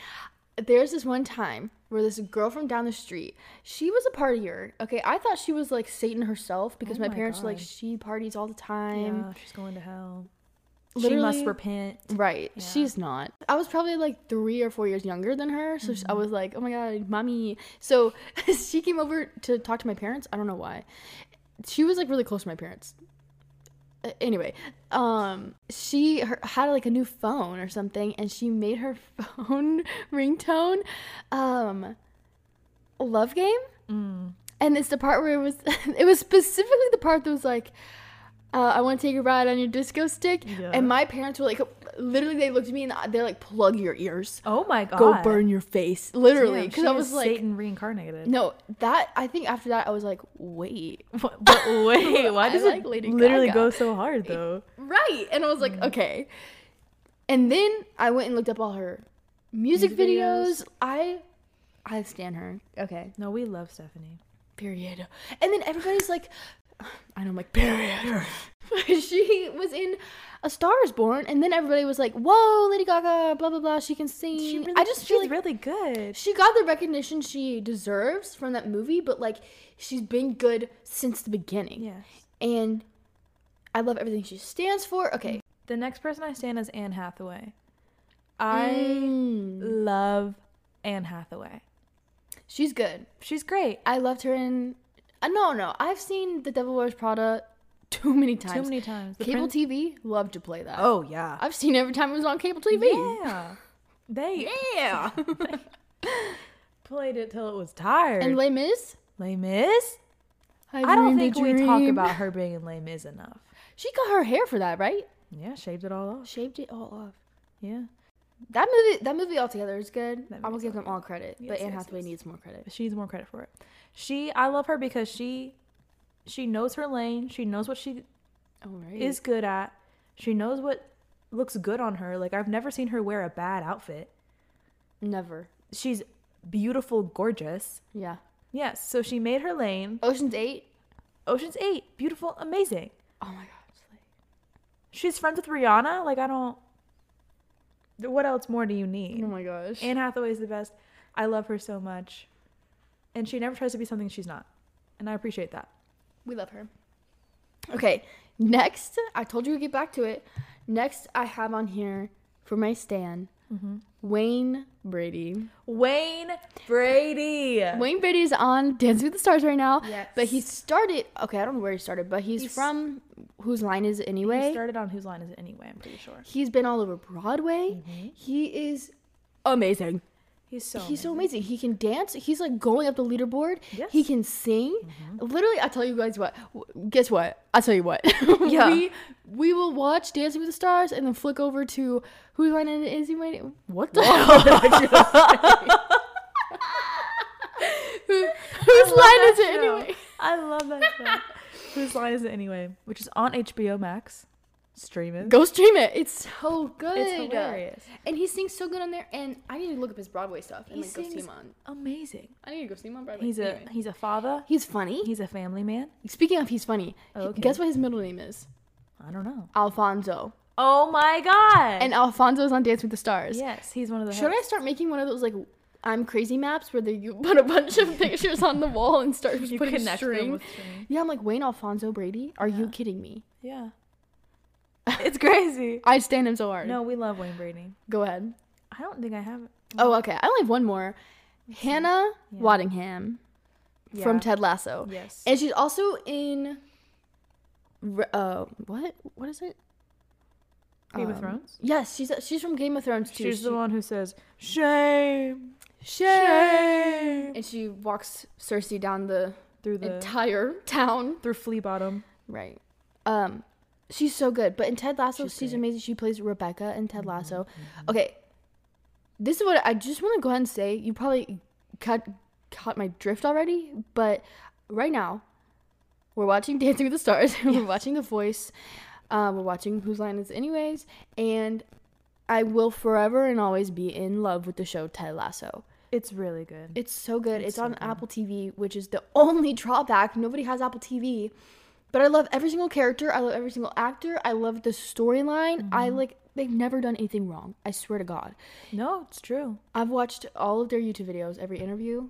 Speaker 2: There's this one time where this girl from down the street, she was a partier. Okay, I thought she was like Satan herself because
Speaker 1: Oh
Speaker 2: my,
Speaker 1: my
Speaker 2: parents were like,
Speaker 1: God.
Speaker 2: she parties all the time.
Speaker 1: Yeah, she's going to hell. she
Speaker 2: Literally-
Speaker 1: must repent.
Speaker 2: Right,
Speaker 1: Yeah.
Speaker 2: she's not. I was probably like three or four years younger than her, so sh I was like, "Oh my god, mommy!" So [laughs] she came over to talk to my parents. I don't know why. She was like really close to my parents. Uh, anyway, um, she her, had like a new phone or something, and she made her [laughs] phone ringtone, um, "Love Game," and it's the part where it was [laughs] it was specifically the part that was like. Uh, I want to take a ride on your disco stick,
Speaker 1: Yeah.
Speaker 2: and my parents were like, literally, they looked at me and they're like, plug your ears,
Speaker 1: Oh my god,
Speaker 2: go burn your face, literally.
Speaker 1: Damn,
Speaker 2: Because
Speaker 1: she
Speaker 2: I
Speaker 1: is
Speaker 2: was like,
Speaker 1: Satan reincarnated. [laughs]
Speaker 2: no, that I think after that I was like, wait,
Speaker 1: But, but
Speaker 2: [laughs]
Speaker 1: wait, why
Speaker 2: I
Speaker 1: does
Speaker 2: like
Speaker 1: it
Speaker 2: Lady
Speaker 1: literally
Speaker 2: Gaga.
Speaker 1: go so hard though?
Speaker 2: right? And I was like,
Speaker 1: Mm.
Speaker 2: okay. And then I went and looked up all her music,
Speaker 1: Music
Speaker 2: videos. I, I stand her. Okay,
Speaker 1: No, we love Stephanie.
Speaker 2: period. And then everybody's like, [sighs] and I'm like, period. [laughs] she was in A Star Is Born, and then everybody was like, whoa, Lady Gaga, blah blah blah. She can sing. I just feel
Speaker 1: she's
Speaker 2: like
Speaker 1: really good.
Speaker 2: she got the recognition she deserves from that movie, but like she's been good since the beginning.
Speaker 1: Yes.
Speaker 2: And I love everything she stands for. Okay.
Speaker 1: The next person I stand is Anne Hathaway. I
Speaker 2: Mm.
Speaker 1: love Anne Hathaway.
Speaker 2: she's good.
Speaker 1: She's great.
Speaker 2: I loved her in uh, No, no. I've seen The Devil Wears Prada too many times.
Speaker 1: Too many times. The
Speaker 2: cable
Speaker 1: prin-
Speaker 2: TV loved to play that.
Speaker 1: oh yeah.
Speaker 2: I've seen it every time it was on cable TV.
Speaker 1: Yeah. They
Speaker 2: Yeah.
Speaker 1: played it till it was tired.
Speaker 2: [laughs] and Les Mis?
Speaker 1: Les Mis. I don't think we talk about her being in Les Mis enough.
Speaker 2: She got her hair for that, right?
Speaker 1: Yeah, shaved it all off.
Speaker 2: Shaved it all off.
Speaker 1: Yeah.
Speaker 2: That movie, that movie altogether is good.
Speaker 1: That
Speaker 2: I will
Speaker 1: movie's
Speaker 2: give them all credit,
Speaker 1: Yes,
Speaker 2: but Anne
Speaker 1: yes,
Speaker 2: Hathaway
Speaker 1: yes.
Speaker 2: needs more credit.
Speaker 1: She needs more credit for it. She, I love her because she, she knows her lane. She knows what she
Speaker 2: All right.
Speaker 1: is good at. She knows what looks good on her. Like I've never seen her wear a bad outfit.
Speaker 2: never.
Speaker 1: She's beautiful, gorgeous.
Speaker 2: Yeah.
Speaker 1: Yes. So she made her lane.
Speaker 2: Ocean's Eight.
Speaker 1: Ocean's Eight, beautiful, amazing.
Speaker 2: Oh my god.
Speaker 1: She's friends with Rihanna. Like I don't. What else more do you need?
Speaker 2: oh my gosh.
Speaker 1: Anne Hathaway is the best. I love her so much, and she never tries to be something she's not, and I appreciate that.
Speaker 2: we love her. Okay. Next, I told you to get back to it. Next, I have on here for my stan
Speaker 1: Mm-hmm.
Speaker 2: Wayne Brady.
Speaker 1: Wayne Brady.
Speaker 2: Wayne Brady is on Dance with the Stars right now.
Speaker 1: Yes.
Speaker 2: But he started. Okay, I don't know where he started, but he's,
Speaker 1: He's-
Speaker 2: from whose line is it anyway?
Speaker 1: He started on whose line is it anyway? I'm pretty sure.
Speaker 2: he's been all over Broadway.
Speaker 1: Mm-hmm.
Speaker 2: He is amazing.
Speaker 1: He's so.
Speaker 2: He's so amazing. He can dance. He's like going up the leaderboard.
Speaker 1: Yes. Mm-hmm.
Speaker 2: He can sing. Literally, I tell you guys what. W- Guess what? I'll tell you what. [laughs]
Speaker 1: Yeah.
Speaker 2: we we will watch Dancing with the Stars and then flick over to whose line it is you might what the hell?
Speaker 1: [laughs]
Speaker 2: [laughs] Who- whose line is it anyway?
Speaker 1: I love that show. [laughs] whose line is it anyway? Which is on HBO Max. Stream it.
Speaker 2: Go stream it. It's so good.
Speaker 1: It's hilarious.
Speaker 2: And he sings so good on there. And I need to look up his Broadway stuff and
Speaker 1: He
Speaker 2: like, go see
Speaker 1: sings-
Speaker 2: him on.
Speaker 1: Amazing.
Speaker 2: I need to go see him on Broadway.
Speaker 1: He's a
Speaker 2: Anyway.
Speaker 1: he's a father.
Speaker 2: he's funny.
Speaker 1: He's a family man.
Speaker 2: Speaking of, he's funny.
Speaker 1: Oh, okay.
Speaker 2: Guess what his middle name is?
Speaker 1: I don't know.
Speaker 2: Alfonso.
Speaker 1: Oh my god.
Speaker 2: And Alfonso's on Dance with the Stars.
Speaker 1: yes, he's one of the.
Speaker 2: Should I start making one of those like I'm crazy maps where they, you put a
Speaker 1: [laughs]
Speaker 2: bunch of pictures on the wall and start just
Speaker 1: You
Speaker 2: putting
Speaker 1: connect them
Speaker 2: string?
Speaker 1: with string.
Speaker 2: Yeah, I'm like Wayne Alfonso Brady. Are you kidding me?
Speaker 1: Yeah. [laughs] It's crazy.
Speaker 2: I stand him so hard.
Speaker 1: No, we love Wayne Brady.
Speaker 2: Go ahead.
Speaker 1: I don't think I have.
Speaker 2: Oh, okay. I only have one more. Hannah
Speaker 1: Yeah.
Speaker 2: Waddingham
Speaker 1: Yeah.
Speaker 2: from Ted Lasso.
Speaker 1: Yes.
Speaker 2: And she's also in. Re- Uh, what? What is it?
Speaker 1: Game of
Speaker 2: Um,
Speaker 1: Thrones.
Speaker 2: Yes, she's she's from Game of Thrones too.
Speaker 1: She's
Speaker 2: She-
Speaker 1: the one who says shame,
Speaker 2: Shame. And she walks Cersei down the
Speaker 1: through the
Speaker 2: entire town.
Speaker 1: through flea bottom.
Speaker 2: Right. Um, she's so good. But in Ted Lasso,
Speaker 1: She's
Speaker 2: she's,
Speaker 1: great. Mm-hmm.
Speaker 2: amazing. She plays Rebecca in Ted Lasso. Okay. This is what I just want to go ahead and say. You probably cut caught my drift already, but right now, we're watching [laughs] Dancing with the Stars. we're watching The Voice. Uh, we're watching Whose Line Is It Anyways, and I will forever and always be in love with the show Ted Lasso.
Speaker 1: It's really good.
Speaker 2: It's so good. It's,
Speaker 1: so
Speaker 2: on Apple TV, which is the [laughs] only drawback. Nobody has Apple TV. But I love every single character. I love every single actor. I love the storyline. I
Speaker 1: Mm-hmm.
Speaker 2: like they've never done anything wrong. I swear to God.
Speaker 1: no, it's true.
Speaker 2: I've watched all of their YouTube videos, every interview.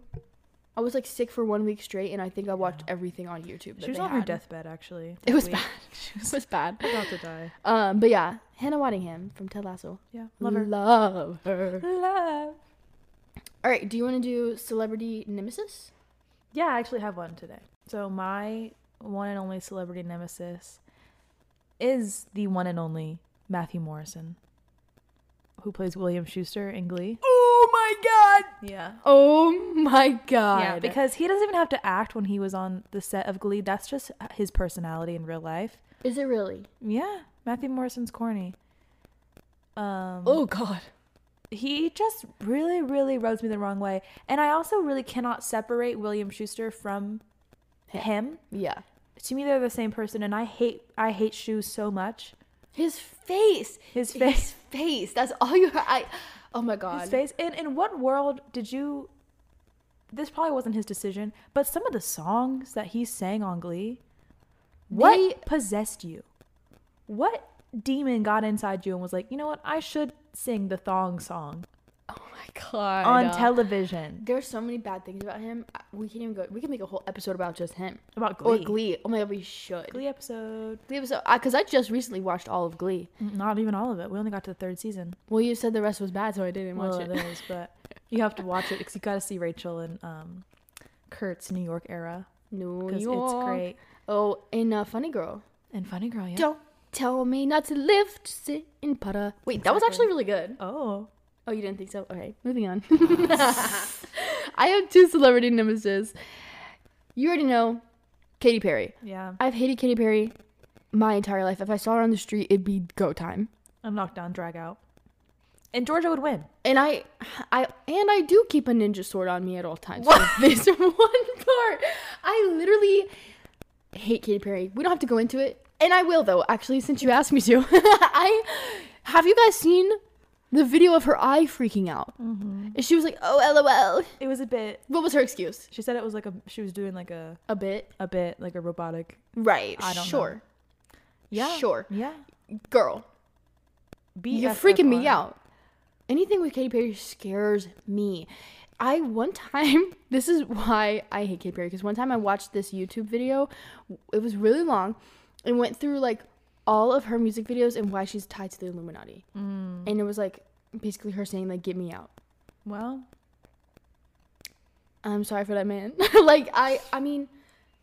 Speaker 2: I was like sick for one week straight and I think I watched everything on YouTube. That
Speaker 1: She was
Speaker 2: they
Speaker 1: on her
Speaker 2: had.
Speaker 1: deathbed actually.
Speaker 2: It was
Speaker 1: that
Speaker 2: bad. [laughs] it was bad.
Speaker 1: week. About to die.
Speaker 2: Um, but yeah, Hannah Waddingham from Ted Lasso.
Speaker 1: Yeah, love her.
Speaker 2: Love her.
Speaker 1: Love.
Speaker 2: All right, do you want to do celebrity nemesis?
Speaker 1: Yeah, I actually have one today. So my one and only celebrity nemesis is the one and only Matthew Morrison, who plays William Schuster in Glee.
Speaker 2: Oh my god.
Speaker 1: Yeah.
Speaker 2: Oh my god.
Speaker 1: Yeah, because he doesn't even have to act when he was on the set of Glee. That's just his personality in real life.
Speaker 2: is it really?
Speaker 1: Yeah, Matthew Morrison's corny. Um,
Speaker 2: Oh, god.
Speaker 1: he just really, really rubs me the wrong way, and I also really cannot separate William Schuster from him.
Speaker 2: Yeah.
Speaker 1: To me, they're the same person, and I hate I hate shoes so much.
Speaker 2: His face.
Speaker 1: [laughs] His face.
Speaker 2: face. That's all you I Oh my god.
Speaker 1: His face. And in what world did you? This probably wasn't his decision, but some of the songs that he sang on Glee, what
Speaker 2: They-
Speaker 1: possessed you? What demon got inside you and was like, you know what? I should sing the thong song
Speaker 2: Oh my god.
Speaker 1: on television
Speaker 2: There's so many bad things about him. I- We can even go we can make a whole episode about just him.
Speaker 1: about Glee.
Speaker 2: Or Glee. Oh my god, we should. Glee,
Speaker 1: Glee episode.
Speaker 2: episode I cuz I just recently watched all of Glee.
Speaker 1: Mm, Not even all of it. We only got to the third season.
Speaker 2: Well, you said the rest was bad, so I didn't watch
Speaker 1: Well,
Speaker 2: it.
Speaker 1: it is, but you have to watch it because you got to see Rachel and um, Kurt's New York era
Speaker 2: [laughs] No,
Speaker 1: because it's great.
Speaker 2: Oh, and uh, Funny Girl.
Speaker 1: And Funny Girl, yeah.
Speaker 2: Don't tell me not to live, just sit and putter. Wait, that was
Speaker 1: Exactly.
Speaker 2: actually really good.
Speaker 1: Oh.
Speaker 2: Oh, you didn't think so? Okay, moving on. [laughs] I have two celebrity nemesis. You already know Katy Perry.
Speaker 1: Yeah.
Speaker 2: I've hated Katy Perry my entire life. If I saw her on the street, it'd be go time.
Speaker 1: a knockdown drag out. And Georgia would win.
Speaker 2: And I, I and I do keep a ninja sword on me at all times. So [laughs] this one part, I literally hate Katy Perry. We don't have to go into it, and I will though. Actually, since you asked me to, [laughs] I have you guys seen the video of her eye freaking out? And she was like, "Oh, lol."
Speaker 1: It was a bit.
Speaker 2: What was her excuse?
Speaker 1: She said it was like a. She was doing like a
Speaker 2: A bit.
Speaker 1: a bit like a robotic.
Speaker 2: Right.
Speaker 1: I don't know.
Speaker 2: sure. Sure.
Speaker 1: Yeah.
Speaker 2: Girl,
Speaker 1: BFF
Speaker 2: you're freaking
Speaker 1: on.
Speaker 2: me out. Anything with Katy Perry scares me. I one [laughs] time, this is why I hate Katy Perry, because one time I watched this YouTube video. It was really long and went through like all of her music videos and why she's tied to the Illuminati.
Speaker 1: Mm.
Speaker 2: And it was like basically her saying, like, get me out.
Speaker 1: Well,
Speaker 2: I'm sorry for that man. [laughs] like, I, I mean,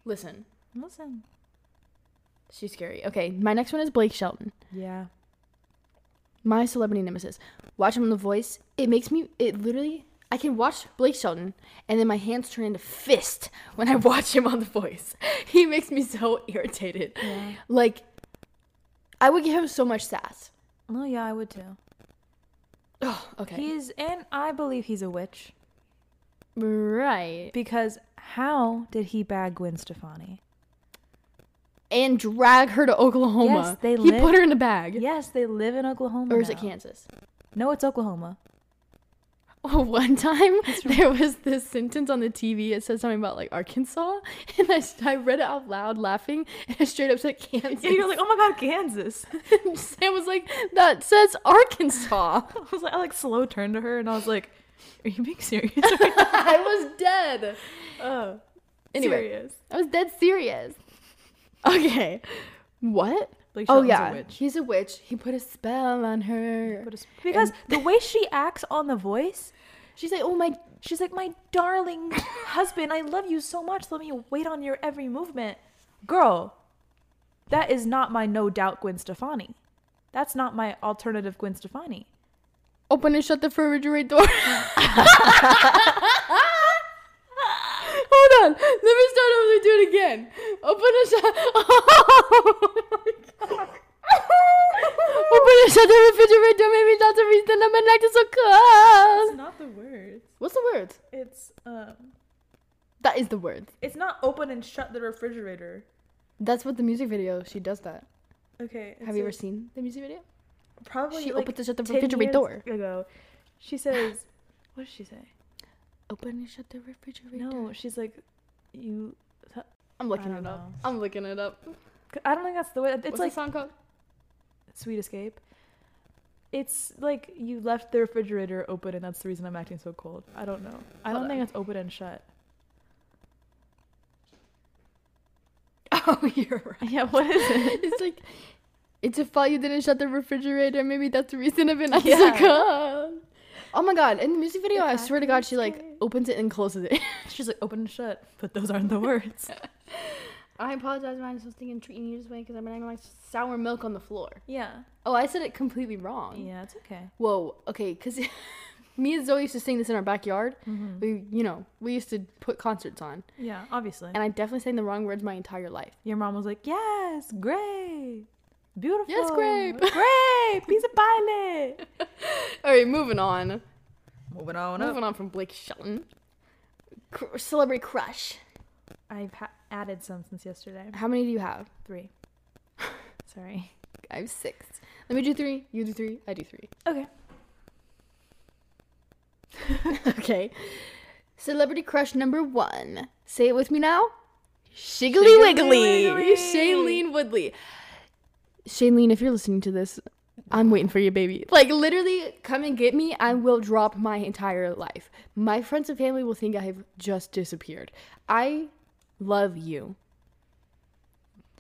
Speaker 2: listen,
Speaker 1: listen.
Speaker 2: she's scary. Okay, my next one is Blake Shelton.
Speaker 1: Yeah.
Speaker 2: my celebrity nemesis. Watch him on The Voice. It makes me. It literally. I can watch Blake Shelton, and then my hands turn into fist when I [laughs] watch him on The Voice. [laughs] He makes me so irritated. Like, I would give him so much sass.
Speaker 1: Oh yeah, I would too.
Speaker 2: Oh, okay.
Speaker 1: He's and I believe he's a witch
Speaker 2: right.
Speaker 1: because how did he bag Gwen Stefani?
Speaker 2: And drag her to Oklahoma.
Speaker 1: Yes, they
Speaker 2: He
Speaker 1: live-
Speaker 2: put her in a bag.
Speaker 1: Yes, they live in Oklahoma.
Speaker 2: Or is it
Speaker 1: now.
Speaker 2: Kansas? Oh,
Speaker 1: No, it's [laughs] Oklahoma.
Speaker 2: [laughs] One time there was this sentence on the TV. It said something about like Arkansas, [laughs] and I, I read it out loud, laughing, [laughs] and I straight up said Kansas.
Speaker 1: like, oh my god, Kansas. [laughs]
Speaker 2: [laughs] Sam was like, that says Arkansas.
Speaker 1: I was like, I like slow turned to her and I was like, are you being serious? [laughs]
Speaker 2: [laughs] I was dead.
Speaker 1: oh,
Speaker 2: Anyway,
Speaker 1: serious.
Speaker 2: I was dead serious. Okay. What?
Speaker 1: Blake
Speaker 2: oh
Speaker 1: Shelton's
Speaker 2: yeah,
Speaker 1: a witch.
Speaker 2: he's a witch. He put a spell on her.
Speaker 1: But it's- because the way she acts on the voice,
Speaker 2: She's like, oh my.
Speaker 1: she's like, "My [laughs] darling husband, I love you so much. Let me wait on your every movement." Girl, that is not my no doubt Gwen Stefani. That's not my alternative Gwen Stefani.
Speaker 2: Open and shut the refrigerator [laughs] door. Hold on. Let me start over and do it again. Open and shut. [laughs] Oh Open and shut the refrigerator door. Maybe that's the reason I'm elected so cold.
Speaker 1: not the words.
Speaker 2: What's the word?
Speaker 1: It's um.
Speaker 2: That is the word.
Speaker 1: It's not open and shut the refrigerator.
Speaker 2: That's what the music video. She does that.
Speaker 1: Okay.
Speaker 2: Have you ever seen the music video?
Speaker 1: Probably
Speaker 2: She
Speaker 1: like
Speaker 2: opens and shut the
Speaker 1: 10 years
Speaker 2: refrigerator door.
Speaker 1: ago. She
Speaker 2: [laughs]
Speaker 1: says, "What does she say?"
Speaker 2: Open and shut the refrigerator.
Speaker 1: No, she's like, "You."
Speaker 2: I'm looking
Speaker 1: I
Speaker 2: it
Speaker 1: don't
Speaker 2: up.
Speaker 1: know.
Speaker 2: I'm looking it up.
Speaker 1: I don't think that's the way. It's
Speaker 2: What's
Speaker 1: like
Speaker 2: the song called?
Speaker 1: Sweet Escape. It's like you left the refrigerator open, and that's the reason I'm acting so cold. I don't know. I
Speaker 2: Hold
Speaker 1: don't think
Speaker 2: on.
Speaker 1: it's open and shut.
Speaker 2: [laughs] Oh, you're right.
Speaker 1: Yeah, what is it?
Speaker 2: [laughs] it's like it's a fault you didn't shut the refrigerator. Maybe that's the reason I've been ice
Speaker 1: Yeah.
Speaker 2: cold. Oh my god! In the music video, I
Speaker 1: If I
Speaker 2: swear to
Speaker 1: could
Speaker 2: God, she like
Speaker 1: escape.
Speaker 2: opens it and closes it. [laughs]
Speaker 1: She's like open and shut, but those aren't the words.
Speaker 2: I apologize when I'm supposed to treating you this way because I've been having like sour milk on the floor.
Speaker 1: yeah,
Speaker 2: Oh, I said it completely wrong.
Speaker 1: yeah, it's okay.
Speaker 2: Whoa. Okay, because [laughs] me and Zoe used to sing this in our backyard. We, you know, we used to put concerts on,
Speaker 1: Mm-hmm. Yeah, obviously.
Speaker 2: and I definitely sang the wrong words my entire life.
Speaker 1: Your mom was like, "Yes, grape, beautiful,
Speaker 2: Yes,
Speaker 1: [laughs]
Speaker 2: grape.
Speaker 1: grape, he's a pilot."
Speaker 2: All right, moving on.
Speaker 1: [laughs] Moving on
Speaker 2: Moving on from Blake Shelton. Cr- celebrity crush.
Speaker 1: I've ha- added some since yesterday.
Speaker 2: How many do you have?
Speaker 1: Three. Sorry.
Speaker 2: I have six. Let me do three. You do three. I do three.
Speaker 1: Okay.
Speaker 2: [laughs] okay. Celebrity crush number one. Say it with me now. Shiggly,
Speaker 1: Shiggly
Speaker 2: wiggly.
Speaker 1: wiggly.
Speaker 2: Shailene Woodley. Shailene, if you're listening to this, I'm waiting for you, baby. Like literally, come and get me. I will drop my entire life. My friends and family will think I have just disappeared. I love you.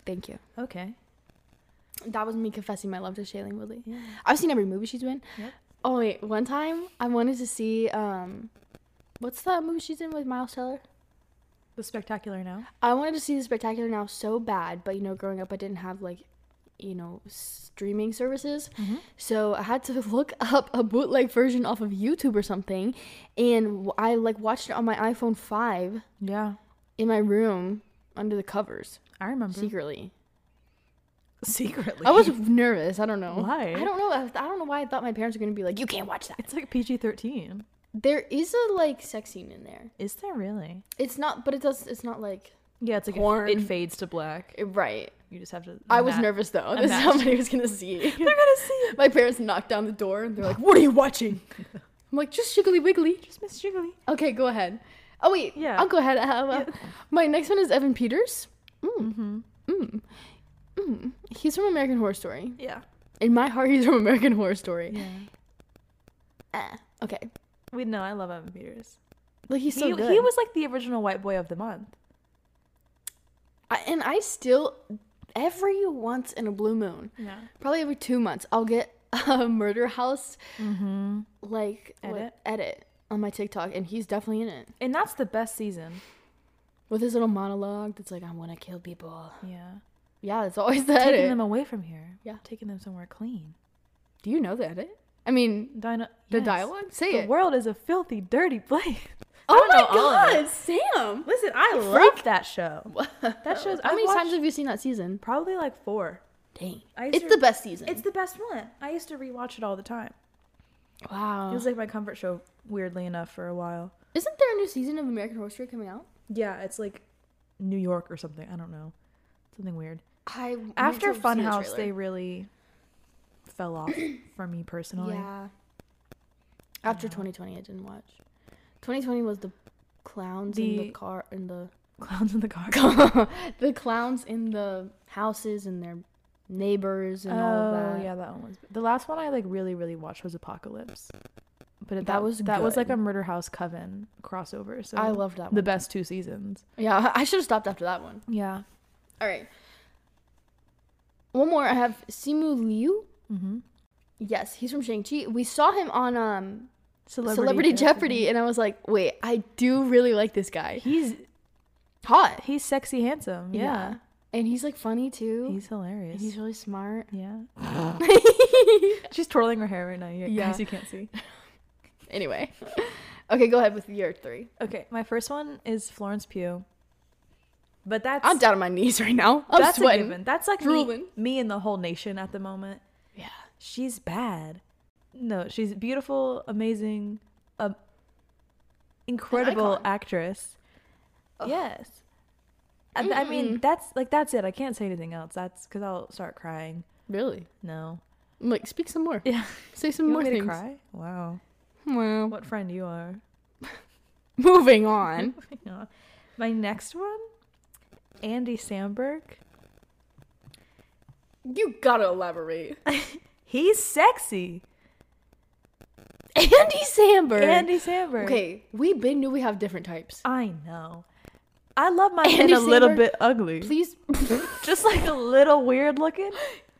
Speaker 2: Thank you.
Speaker 1: Okay.
Speaker 2: That was me confessing my love to Shailene Woodley.
Speaker 1: Yeah.
Speaker 2: I've seen every movie she's been.
Speaker 1: Yep.
Speaker 2: Oh wait, one time I wanted to see um, what's that movie she's in with Miles Teller?
Speaker 1: The spectacular now.
Speaker 2: I wanted to see The Spectacular Now so bad, but you know, growing up I didn't have like, you know, streaming services,
Speaker 1: Mm-hmm.
Speaker 2: so I had to [laughs] look up a bootleg version off of YouTube or something, and w- I like watched it on my iPhone five
Speaker 1: Yeah,
Speaker 2: in my room under the covers
Speaker 1: I remember.
Speaker 2: secretly.
Speaker 1: [laughs] Secretly,
Speaker 2: I was nervous. I don't know
Speaker 1: [laughs] Why?
Speaker 2: I don't know. I I don't know why I thought my parents were gonna be like, you can't watch that.
Speaker 1: It's like PG thirteen.
Speaker 2: There is a like sex scene in there.
Speaker 1: Is there really?
Speaker 2: It's not, but it does. It's not like
Speaker 1: Yeah, it's like
Speaker 2: Porn.
Speaker 1: It, it fades to black.
Speaker 2: right.
Speaker 1: You just have to.
Speaker 2: I was
Speaker 1: Matt-
Speaker 2: nervous though. [laughs]
Speaker 1: a
Speaker 2: This is
Speaker 1: match.
Speaker 2: how many was gonna see.
Speaker 1: [laughs]
Speaker 2: [laughs]
Speaker 1: They're gonna see it.
Speaker 2: My parents knocked down the door and they're like, "What are you watching?" I'm like, "Just Shiggly Wiggly."
Speaker 1: Just Miss Jiggly.
Speaker 2: Okay, go ahead. Oh wait,
Speaker 1: Yeah.
Speaker 2: I'll go ahead. Uh, uh, [laughs] My next one is Evan Peters.
Speaker 1: Mm-hmm.
Speaker 2: Mm. Mm. He's from American Horror Story.
Speaker 1: Yeah.
Speaker 2: In my heart, he's from American Horror Story.
Speaker 1: Yeah.
Speaker 2: Ah, okay,
Speaker 1: We know. I love Evan Peters.
Speaker 2: like he's so
Speaker 1: he,
Speaker 2: good.
Speaker 1: he was like the original white boy of the month.
Speaker 2: I, and I still, every once in a blue moon,
Speaker 1: Yeah.
Speaker 2: probably every two months i'll get [laughs] a murder house
Speaker 1: Mm-hmm.
Speaker 2: like what-
Speaker 1: Edit?
Speaker 2: edit on my tiktok and he's definitely in it
Speaker 1: And that's the best season.
Speaker 2: with his little monologue that's like i want to kill people
Speaker 1: Yeah.
Speaker 2: yeah it's always the
Speaker 1: Taking
Speaker 2: edit
Speaker 1: them away from here.
Speaker 2: Yeah.
Speaker 1: Taking them somewhere clean.
Speaker 2: do you know the edit i mean
Speaker 1: Dino-
Speaker 2: the
Speaker 1: Yes.
Speaker 2: dialogue say
Speaker 1: The
Speaker 2: it
Speaker 1: world is a filthy, dirty place.
Speaker 2: oh
Speaker 1: I
Speaker 2: my
Speaker 1: don't know all of
Speaker 2: god sam
Speaker 1: [laughs] Listen, I love that show.
Speaker 2: [laughs]
Speaker 1: That show's.
Speaker 2: how
Speaker 1: I've
Speaker 2: many times
Speaker 1: watched
Speaker 2: have you seen that season
Speaker 1: Probably like four.
Speaker 2: dang
Speaker 1: I used
Speaker 2: it's
Speaker 1: to-
Speaker 2: the best season
Speaker 1: It's the best one. I used to rewatch it all the time.
Speaker 2: wow
Speaker 1: It was like my comfort show, weirdly enough, for a while.
Speaker 2: isn't there a new season of american horror story coming out
Speaker 1: Yeah, it's like New York or something. I don't know. Something weird.
Speaker 2: i went
Speaker 1: After
Speaker 2: to see the
Speaker 1: Funhouse, they
Speaker 2: trailer.
Speaker 1: really fell off for me personally. [laughs]
Speaker 2: yeah after 2020 i didn't watch 2020 was the clowns in the
Speaker 1: The-
Speaker 2: car in the
Speaker 1: Clowns in the Car.
Speaker 2: [laughs] the clowns in the houses and their neighbors and all
Speaker 1: Oh
Speaker 2: of that.
Speaker 1: yeah, that one was the last one I like really really watched was Apocalypse, but that,
Speaker 2: That was
Speaker 1: was that was like
Speaker 2: good.
Speaker 1: a Murder House Coven crossover. So
Speaker 2: I loved that
Speaker 1: the
Speaker 2: one.
Speaker 1: best two seasons.
Speaker 2: [laughs] yeah, I should have stopped after that one.
Speaker 1: Yeah,
Speaker 2: All right. One more. I have Simu Liu.
Speaker 1: Mm-hmm.
Speaker 2: Yes, he's from Shang Chi. We saw him on um
Speaker 1: Celebrity,
Speaker 2: Celebrity, Jeopardy, and I was like, wait, I do really like this guy.
Speaker 1: He's
Speaker 2: Hot.
Speaker 1: he's sexy handsome. Yeah,
Speaker 2: And he's like funny too.
Speaker 1: he's hilarious.
Speaker 2: And he's really smart.
Speaker 1: [laughs] yeah. She's twirling her hair right now. You
Speaker 2: Yeah.
Speaker 1: guys, you can't see.
Speaker 2: anyway. [laughs] Okay, go ahead with your three.
Speaker 1: Okay, my first one is Florence Pugh. But that's
Speaker 2: I'm down on my knees right now. I'm
Speaker 1: that's
Speaker 2: sweating.
Speaker 1: a given. That's like me,
Speaker 2: Drooling.
Speaker 1: me and the whole nation at the moment.
Speaker 2: Yeah.
Speaker 1: She's bad. No, she's beautiful, amazing, a incredible
Speaker 2: icon.
Speaker 1: actress. Yes. I, I mean, that's like that's it. I can't say anything else. That's because I'll start crying.
Speaker 2: Really?
Speaker 1: No.
Speaker 2: I'm like, speak some more.
Speaker 1: Yeah.
Speaker 2: Say some [laughs]
Speaker 1: You
Speaker 2: more
Speaker 1: want me to
Speaker 2: things.
Speaker 1: cry? Wow.
Speaker 2: Wow.
Speaker 1: What friend you are? [laughs]
Speaker 2: Moving on.
Speaker 1: Hang on. My next one, Andy Samberg.
Speaker 2: [laughs] you gotta elaborate.
Speaker 1: He's sexy.
Speaker 2: Andy Samberg.
Speaker 1: Andy Samberg.
Speaker 2: Okay, we been knew we have different types.
Speaker 1: I know. I love
Speaker 2: [laughs]
Speaker 1: my men
Speaker 2: Andy
Speaker 1: a little
Speaker 2: Samberg?
Speaker 1: bit ugly.
Speaker 2: Please
Speaker 1: [laughs] Just like a little weird looking.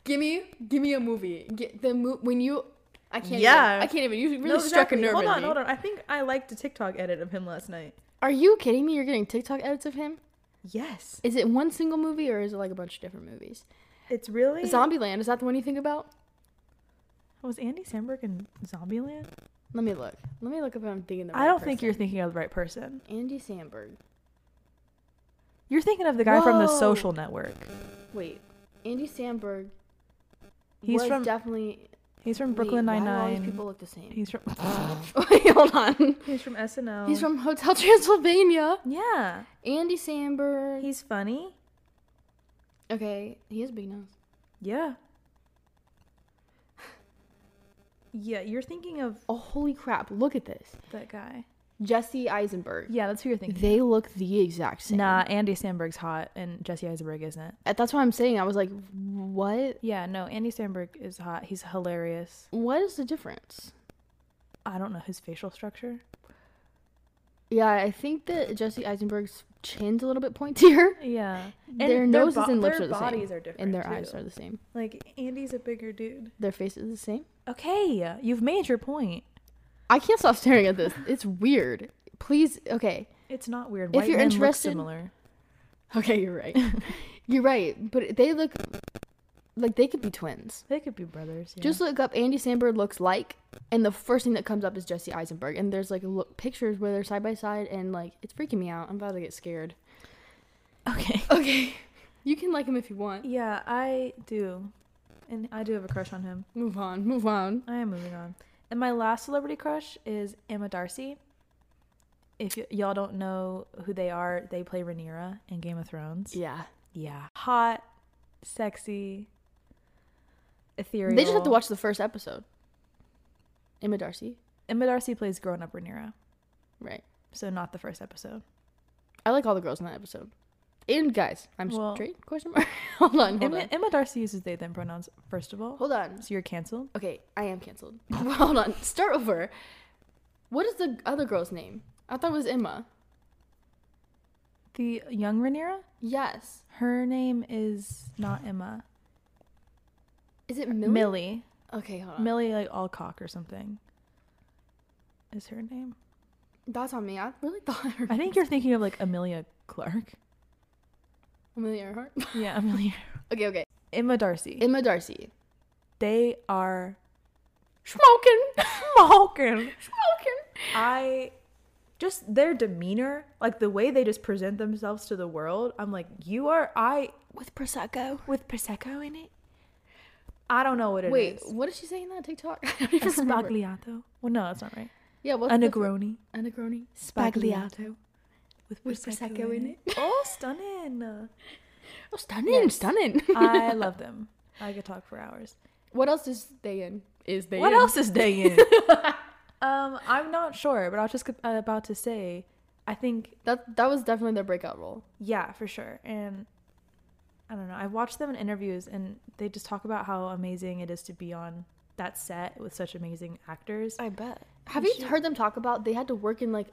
Speaker 2: give me give me a movie. Get the mo- when you I can't
Speaker 1: Yeah.
Speaker 2: even, I can't even you really
Speaker 1: No,
Speaker 2: struck a
Speaker 1: exactly.
Speaker 2: nerve
Speaker 1: Hold
Speaker 2: with
Speaker 1: on,
Speaker 2: me.
Speaker 1: hold on. I think I liked a TikTok edit of him last night.
Speaker 2: Are you kidding me? You're getting TikTok edits of him?
Speaker 1: Yes.
Speaker 2: Is it one single movie or is it like a bunch of different movies?
Speaker 1: It's really
Speaker 2: Zombieland, is that the one you think about?
Speaker 1: Was Andy Samberg in Zombieland?
Speaker 2: Let me look. Let me look if I'm thinking the right
Speaker 1: I don't think you're
Speaker 2: person.
Speaker 1: thinking of the right person.
Speaker 2: Andy Samberg.
Speaker 1: You're thinking of the guy from The
Speaker 2: Whoa.
Speaker 1: Social Network.
Speaker 2: Wait. Andy Samberg
Speaker 1: He's
Speaker 2: was
Speaker 1: from
Speaker 2: definitely
Speaker 1: He's from
Speaker 2: wait,
Speaker 1: Brooklyn
Speaker 2: why do
Speaker 1: Nine
Speaker 2: all these
Speaker 1: Nine.
Speaker 2: people look the same.
Speaker 1: He's from
Speaker 2: [laughs]
Speaker 1: [laughs]
Speaker 2: Wait, hold on.
Speaker 1: He's from SNL.
Speaker 2: He's from um, Hotel [laughs] Transylvania.
Speaker 1: Yeah.
Speaker 2: Andy Samberg.
Speaker 1: He's funny.
Speaker 2: okay, he has a big nose.
Speaker 1: Yeah. [laughs] Yeah, you're thinking of
Speaker 2: Oh, holy crap. Look at this.
Speaker 1: that guy.
Speaker 2: Jesse Eisenberg.
Speaker 1: Yeah, that's who you're thinking.
Speaker 2: They look the exact same.
Speaker 1: Nah, Andy Sandberg's hot and Jesse Eisenberg isn't.
Speaker 2: Uh, That's what I'm saying. I was like, what?
Speaker 1: Yeah, no, Andy Sandberg is hot. He's hilarious.
Speaker 2: What is the difference?
Speaker 1: I don't know his facial structure.
Speaker 2: Yeah, I think that Jesse Eisenberg's chin's a little bit [laughs] pointier.
Speaker 1: Yeah. And
Speaker 2: their noses and lips
Speaker 1: their
Speaker 2: are the same.
Speaker 1: bodies are different.
Speaker 2: and their
Speaker 1: too.
Speaker 2: eyes are the same.
Speaker 1: Like Andy's a bigger dude.
Speaker 2: Their face is the same.
Speaker 1: Okay, you've made your point.
Speaker 2: I can't stop staring at this. It's weird. Please, okay.
Speaker 1: It's not weird.
Speaker 2: If
Speaker 1: White
Speaker 2: you're
Speaker 1: men
Speaker 2: interested-
Speaker 1: look similar.
Speaker 2: Okay, you're
Speaker 1: [laughs]
Speaker 2: right. you're right. But they look like they could be twins.
Speaker 1: They could be brothers. Yeah.
Speaker 2: Just look up Andy Samberg looks like, and the first thing that comes up is Jesse Eisenberg. And there's like look pictures where they're side by side, and like it's freaking me out. I'm about to get scared.
Speaker 1: okay.
Speaker 2: [laughs] Okay, you can like him if you want.
Speaker 1: Yeah, I do. And I do have a crush on him.
Speaker 2: Move on, move on.
Speaker 1: I am moving on. And my last celebrity crush is Emma Darcy. If y- y'all don't know who they are, they play Rhaenyra in Game of Thrones.
Speaker 2: Yeah,
Speaker 1: Yeah. Hot, sexy, ethereal.
Speaker 2: they just have to watch the first episode. Emma Darcy,
Speaker 1: Emma Darcy plays grown up Rhaenyra,
Speaker 2: right?
Speaker 1: so not the first episode.
Speaker 2: I like all the girls in that episode. And guys, I'm
Speaker 1: Well-
Speaker 2: straight? Question mark. [laughs] hold on, hold
Speaker 1: Emma,
Speaker 2: on,
Speaker 1: Emma Darcy uses they them pronouns, first of all.
Speaker 2: hold on.
Speaker 1: So you're canceled.
Speaker 2: Okay, I am canceled. [laughs] hold on, start over. What is the other girl's name? I thought it was Emma.
Speaker 1: The young Rhaenyra,
Speaker 2: Yes.
Speaker 1: her name is not Emma.
Speaker 2: Is it Millie?
Speaker 1: Millie.
Speaker 2: Okay, hold on.
Speaker 1: Millie like Alcock or something is her name.
Speaker 2: That's on me. I really thought her.
Speaker 1: I
Speaker 2: [laughs]
Speaker 1: think you're thinking of like Amelia Clark.
Speaker 2: Amelia Earhart.
Speaker 1: [laughs] Yeah, Amelia.
Speaker 2: [laughs] okay, okay.
Speaker 1: Emma Darcy.
Speaker 2: Emma Darcy.
Speaker 1: they
Speaker 2: [laughs]
Speaker 1: are
Speaker 2: Smoking.
Speaker 1: smoking.
Speaker 2: Smoking.
Speaker 1: I just their demeanor, like the way they just present themselves to the world. I'm like, you are I
Speaker 2: With prosecco.
Speaker 1: with prosecco in it. I don't know what it is.
Speaker 2: Wait, what is she saying in that TikTok? [laughs] I don't
Speaker 1: a
Speaker 2: even remember.
Speaker 1: spagliato. Well, no, that's not right.
Speaker 2: Yeah, what's
Speaker 1: A
Speaker 2: the-
Speaker 1: Negroni
Speaker 2: A Negroni.
Speaker 1: Spagliato. with prosecco,
Speaker 2: With prosecco in it.
Speaker 1: Oh, stunning!
Speaker 2: Oh, stunning,
Speaker 1: Yes. [laughs] Uh,
Speaker 2: stunning.
Speaker 1: I love them. I could talk for hours.
Speaker 2: what else is they in? Is they
Speaker 1: What
Speaker 2: in?
Speaker 1: else is day in? [laughs] um, I'm not sure, but I was just uh, about to say, I think
Speaker 2: That that was definitely their breakout role.
Speaker 1: yeah, for sure. And I don't know. I've watched them in interviews, and they just talk about how amazing it is to be on that set with such amazing actors.
Speaker 2: I bet. Have you
Speaker 1: should-
Speaker 2: heard them talk about they had to work in like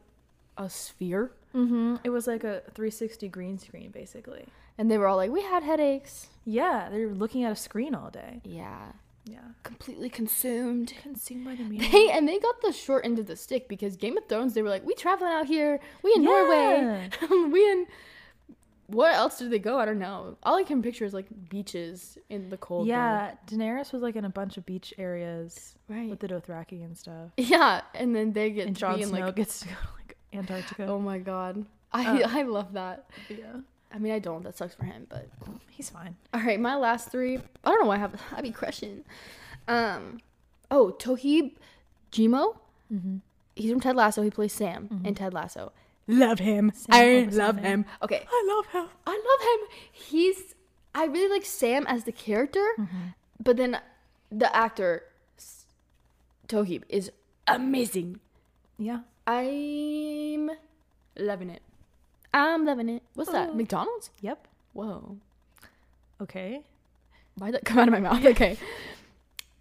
Speaker 2: a sphere?
Speaker 1: Mm-hmm. It was like a 360 green screen, basically.
Speaker 2: And they were all like, we had headaches.
Speaker 1: Yeah, they're looking at a screen all day.
Speaker 2: Yeah.
Speaker 1: Yeah.
Speaker 2: Completely consumed.
Speaker 1: Consumed by the media.
Speaker 2: [laughs] They, and they got the short end of the stick because Game of Thrones, they were like, we traveling out here. We in Norway. [laughs] we in. What else did they go? I don't know. All I can picture is like beaches in the cold. winter.
Speaker 1: Yeah, Daenerys was like in a bunch of beach areas
Speaker 2: Right.
Speaker 1: with the Dothraki and stuff.
Speaker 2: [laughs] yeah. And then they get
Speaker 1: And
Speaker 2: to
Speaker 1: Jon
Speaker 2: be in
Speaker 1: Snow
Speaker 2: like,
Speaker 1: gets to go to like Antarctica.
Speaker 2: oh my God. I,
Speaker 1: Uh.
Speaker 2: [laughs] I love that.
Speaker 1: yeah.
Speaker 2: I mean, I don't. That sucks for him, but.
Speaker 1: He's fine.
Speaker 2: All right, my last three. I don't know why I have. [laughs] I be crushing. Um, oh, Tohib Jimo.
Speaker 1: Mm-hmm.
Speaker 2: He's from Ted Lasso. He plays Sam in Ted Lasso. Love him. I
Speaker 1: over
Speaker 2: love
Speaker 1: Sam.
Speaker 2: him. Okay,
Speaker 1: I love him.
Speaker 2: I love him. He's. I really like Sam as the character,
Speaker 1: Mm-hmm.
Speaker 2: but then the actor S- Tohib is amazing.
Speaker 1: Yeah.
Speaker 2: I'm loving it. I'm loving it. What's
Speaker 1: Oh.
Speaker 2: that? McDonald's?
Speaker 1: Yep.
Speaker 2: Whoa.
Speaker 1: Okay.
Speaker 2: Why would that [laughs] come out of my mouth? Okay.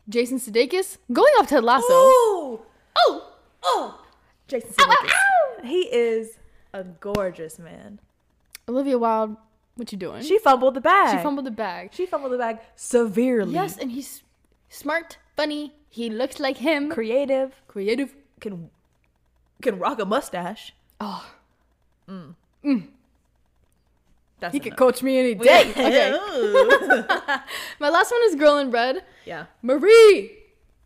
Speaker 2: Jason Sudeikis going off Ted Lasso.
Speaker 1: Oh,
Speaker 2: Oh, oh.
Speaker 1: Jason
Speaker 2: Ow, ow,
Speaker 1: Sudeikis. [laughs] He is a gorgeous man.
Speaker 2: Olivia Wilde, what you doing?
Speaker 1: She fumbled the bag.
Speaker 2: She fumbled the bag.
Speaker 1: She fumbled the bag severely.
Speaker 2: Yes, and he's smart, funny. He looks like him.
Speaker 1: Creative
Speaker 2: Creative.
Speaker 1: can can rock a mustache. Mm.
Speaker 2: Oh, Mm.
Speaker 1: That's
Speaker 2: he could
Speaker 1: enough.
Speaker 2: coach me
Speaker 1: [laughs]
Speaker 2: any [laughs] day. Okay. My last one is Girl in Red.
Speaker 1: yeah.
Speaker 2: Marie,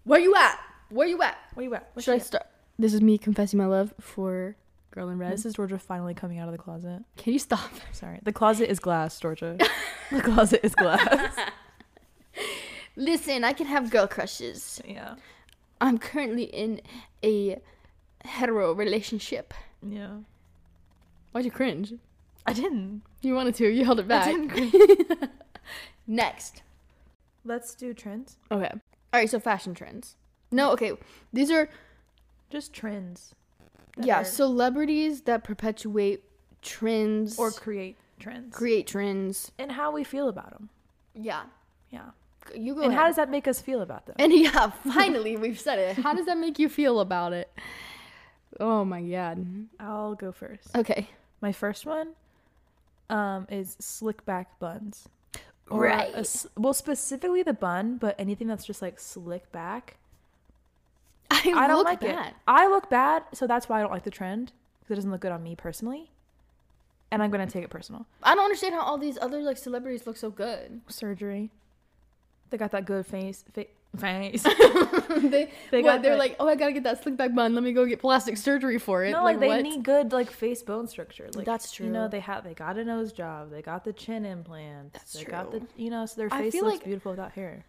Speaker 2: where you at? Where you at?
Speaker 1: Where you at? Where
Speaker 2: Should I
Speaker 1: she at?
Speaker 2: start? This is me confessing my love for Girl in Red.
Speaker 1: This is Georgia finally coming out of the closet.
Speaker 2: Can you stop? [laughs]
Speaker 1: Sorry. The closet is glass, Georgia. the closet is
Speaker 2: [laughs]
Speaker 1: glass.
Speaker 2: Listen, I can have girl crushes.
Speaker 1: yeah.
Speaker 2: I'm currently in a hetero relationship.
Speaker 1: Yeah.
Speaker 2: Why'd you cringe?
Speaker 1: I didn't.
Speaker 2: You wanted to, you held it back. [laughs] Next.
Speaker 1: Let's do trends.
Speaker 2: Okay. All right, so fashion trends. No, okay. These are,
Speaker 1: Just trends. that
Speaker 2: yeah,
Speaker 1: are-
Speaker 2: celebrities that perpetuate trends
Speaker 1: or create trends.
Speaker 2: create trends.
Speaker 1: and how we feel about them.
Speaker 2: Yeah.
Speaker 1: Yeah.
Speaker 2: You go
Speaker 1: and
Speaker 2: ahead.
Speaker 1: how does that make us feel about them?
Speaker 2: And yeah, finally, we've said it. How does that make you feel about it? Oh my god.
Speaker 1: I'll go first.
Speaker 2: Okay.
Speaker 1: My first one um, is slick back buns.
Speaker 2: Right.
Speaker 1: a s- well, specifically the bun, but anything that's just like slick back.
Speaker 2: I,
Speaker 1: I don't
Speaker 2: look
Speaker 1: like
Speaker 2: bad.
Speaker 1: it. I look bad, so that's why I don't like the trend because it doesn't look good on me personally. And I'm gonna take it personal.
Speaker 2: I don't understand how all these other like celebrities look so good. [laughs]
Speaker 1: Surgery. They got that good face. Fa- face.
Speaker 2: [laughs] they
Speaker 1: They
Speaker 2: what,
Speaker 1: got
Speaker 2: they're
Speaker 1: the-
Speaker 2: like, oh, I gotta get that slick back bun. Let me go get plastic surgery for it.
Speaker 1: no, like, they
Speaker 2: what?
Speaker 1: need good like face bone structure. Like
Speaker 2: That's
Speaker 1: You
Speaker 2: true.
Speaker 1: know they have they got a nose job. They got the chin implants.
Speaker 2: That's
Speaker 1: they got
Speaker 2: true.
Speaker 1: the you know so their
Speaker 2: I
Speaker 1: face
Speaker 2: feel
Speaker 1: looks
Speaker 2: like-
Speaker 1: beautiful without
Speaker 2: [laughs]
Speaker 1: hair.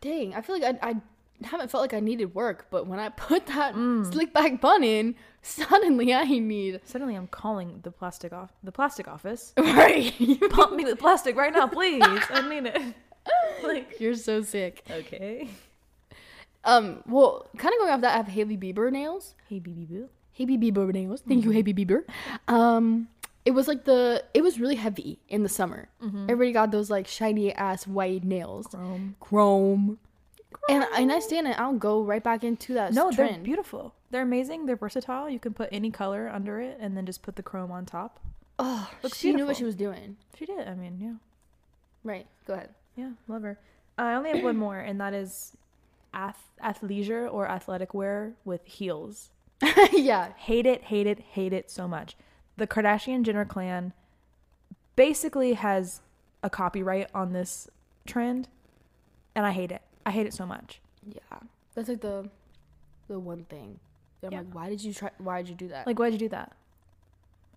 Speaker 2: Dang, I feel like I, I haven't felt like I needed work, but when I put that
Speaker 1: Mm.
Speaker 2: slick back bun in, suddenly I need [laughs]
Speaker 1: Suddenly I'm calling the plastic off the plastic office.
Speaker 2: right.
Speaker 1: Pump me with plastic right now, please. I need
Speaker 2: [laughs]
Speaker 1: it. [laughs] Like
Speaker 2: You're so sick.
Speaker 1: okay.
Speaker 2: Um, well, kind of going off that, I have Haley Bieber nails.
Speaker 1: Hey, BB boo.
Speaker 2: Haley Bieber nails. Thank
Speaker 1: Mm-hmm.
Speaker 2: you, Haley Bieber. Um, it was like the it was really heavy in the summer.
Speaker 1: Mm-hmm.
Speaker 2: Everybody got those like shiny ass white nails.
Speaker 1: Chrome.
Speaker 2: Chrome. And, and I stand it. I'll go right back into that
Speaker 1: No, they're
Speaker 2: trend.
Speaker 1: beautiful. They're amazing. They're versatile. You can put any color under it and then just put the chrome on top.
Speaker 2: oh,
Speaker 1: Looks
Speaker 2: she knew
Speaker 1: beautiful.
Speaker 2: what she was doing.
Speaker 1: She did. I mean, yeah.
Speaker 2: Right. Go ahead.
Speaker 1: Yeah, love her. I only have one more, and that is ath- athleisure or athletic wear with heels.
Speaker 2: [laughs] yeah.
Speaker 1: Hate it, hate it, hate it so much. The Kardashian Jenner clan basically has a copyright on this trend, and I hate it. I hate it so much.
Speaker 2: Yeah, that's like the the one thing. That I'm
Speaker 1: Yeah.
Speaker 2: like, why did you try? Why did you do that? Like,
Speaker 1: Like, why'd you do that?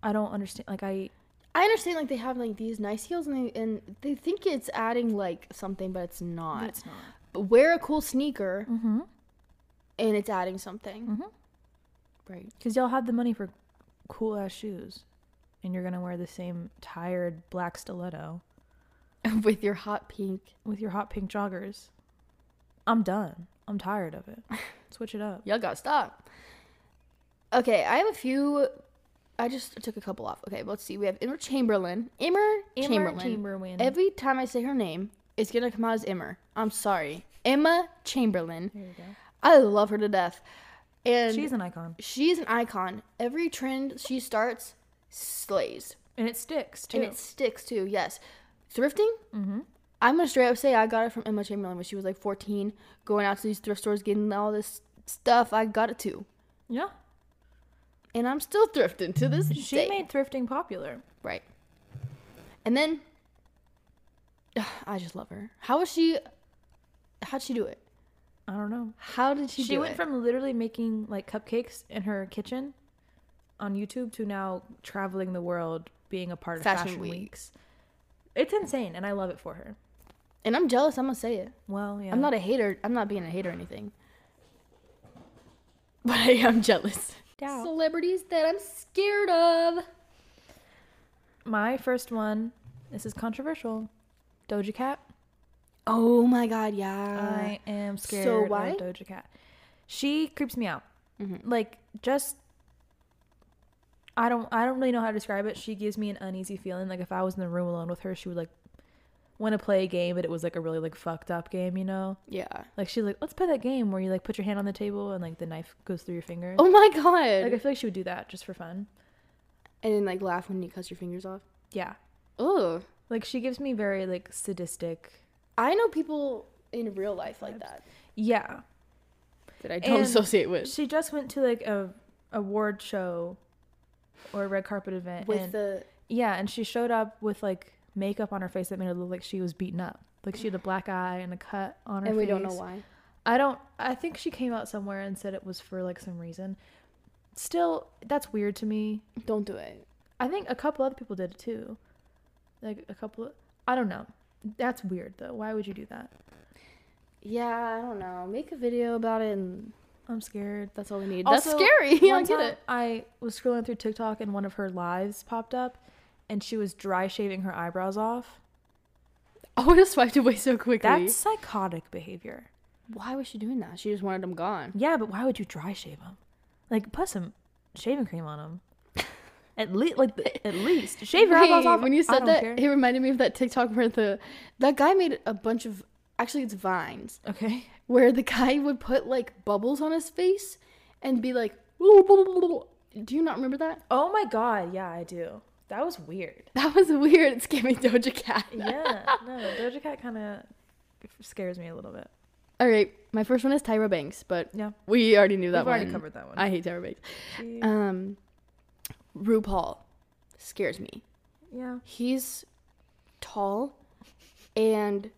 Speaker 1: I don't understand. Like, I
Speaker 2: I understand like they have like these nice heels and they and they think it's adding like something, but it's not.
Speaker 1: it's not.
Speaker 2: But Wear a cool sneaker
Speaker 1: Mm-hmm.
Speaker 2: and it's adding something.
Speaker 1: Mhm.
Speaker 2: Right. [laughs]
Speaker 1: Because y'all have the money for cool ass shoes, and you're gonna wear the same tired black stiletto
Speaker 2: With your hot pink.
Speaker 1: with your hot pink joggers. I'm done. I'm tired of [laughs] it. Switch it up.
Speaker 2: Y'all gotta stop. Okay, I have a few. I just took a couple off. Okay, let's see. We have Emma Chamberlain. Emma Chamberlain.
Speaker 1: Chamberlain.
Speaker 2: Every time I say her name, it's gonna come out as Emma. I'm sorry, Emma Chamberlain.
Speaker 1: there you go.
Speaker 2: I love her to death. And
Speaker 1: She's
Speaker 2: she's,
Speaker 1: an icon.
Speaker 2: an icon. Every trend she starts, slays.
Speaker 1: And it sticks too.
Speaker 2: And it sticks too, yes. Thrifting,
Speaker 1: mm-hmm.
Speaker 2: I'm gonna straight up say I got it from Emma Chamberlain when she was like 14, going out to these thrift stores, getting all this stuff. I got it too.
Speaker 1: Yeah.
Speaker 2: And I'm still thrifting to this
Speaker 1: She
Speaker 2: day.
Speaker 1: made thrifting popular.
Speaker 2: Right. And then [sighs] Ugh, I just love her. How was she how'd she do it?
Speaker 1: I don't know.
Speaker 2: How did she,
Speaker 1: She,
Speaker 2: do
Speaker 1: went
Speaker 2: it?
Speaker 1: from literally making like cupcakes in her kitchen on YouTube to now traveling the world, being a part of
Speaker 2: Fashion
Speaker 1: Fashion,
Speaker 2: Week.
Speaker 1: Weeks. It's insane, and I love it for her.
Speaker 2: and I'm jealous, I'm gonna say it.
Speaker 1: Well, yeah.
Speaker 2: I'm not a hater I'm not being a hater or anything. [laughs] But I am jealous.
Speaker 1: Yeah.
Speaker 2: Celebrities that I'm scared of.
Speaker 1: My first one. This is controversial. Doja Cat.
Speaker 2: Oh my god, yeah.
Speaker 1: I am scared
Speaker 2: so
Speaker 1: of
Speaker 2: why? Mm-hmm.
Speaker 1: Doja Cat. She creeps me out. Like just I don't I don't really know how to describe it. She gives me an uneasy feeling. Like if I was in the room alone with her, she would like want to play a game, but it was like a really like fucked up game, you know?
Speaker 2: yeah.
Speaker 1: Like she's like, let's play that game where you like put your hand on the table and like the knife goes through your fingers.
Speaker 2: Oh my god.
Speaker 1: Like I feel like she would do that just for fun.
Speaker 2: and then like laugh when you cut your fingers off.
Speaker 1: Yeah.
Speaker 2: Ugh.
Speaker 1: Like she gives me very like sadistic.
Speaker 2: I know people in real life like that
Speaker 1: Yeah.
Speaker 2: that I don't
Speaker 1: And-
Speaker 2: associate with.
Speaker 1: She just went to like a award show or a red carpet event
Speaker 2: With
Speaker 1: and
Speaker 2: the
Speaker 1: yeah, and she showed up with like makeup on her face that made her look like she was beaten up. Like she had a black eye and a cut on her
Speaker 2: and we don't know
Speaker 1: face.
Speaker 2: why.
Speaker 1: I don't I think she came out somewhere and said it was for like some reason. Still, that's weird to me.
Speaker 2: Don't do it.
Speaker 1: I think a couple other people did it too. Like a couple of, I don't know. That's weird though. Why would you do that?
Speaker 2: Yeah, I don't know. Make a video about it, and
Speaker 1: I'm scared.
Speaker 2: that's all we need.
Speaker 1: Also,
Speaker 2: that's scary. [laughs] I
Speaker 1: one
Speaker 2: don't get
Speaker 1: time
Speaker 2: it.
Speaker 1: I was scrolling through TikTok and one of her lives popped up and she was dry shaving her eyebrows off.
Speaker 2: I would have swiped away so quickly.
Speaker 1: That's psychotic behavior.
Speaker 2: why was she doing that? She just wanted them gone.
Speaker 1: Yeah, but why would you dry shave them? Like, put some shaving cream on them.
Speaker 2: [laughs]
Speaker 1: At least, like, the- at least shave your eyebrows
Speaker 2: Wait,
Speaker 1: off.
Speaker 2: when you
Speaker 1: I
Speaker 2: said
Speaker 1: don't
Speaker 2: that,
Speaker 1: care.
Speaker 2: it reminded me of that TikTok where the that guy made a bunch of actually it's vines
Speaker 1: okay.
Speaker 2: where the guy would put like bubbles on his face and be like, "Ooh, blah, blah, blah, blah." do you not remember that?
Speaker 1: Oh my god, yeah, I do. That was weird.
Speaker 2: That was [laughs] weird. It scared me, Doja Cat.
Speaker 1: Yeah,
Speaker 2: [laughs]
Speaker 1: no, Doja Cat kind of scares me a little bit.
Speaker 2: All right, my first one is Tyra Banks, but
Speaker 1: Yeah,
Speaker 2: we already knew that
Speaker 1: we've already
Speaker 2: one.
Speaker 1: covered that one.
Speaker 2: I hate Tyra Banks.
Speaker 1: She-
Speaker 2: Um, RuPaul scares me.
Speaker 1: yeah,
Speaker 2: He's tall, and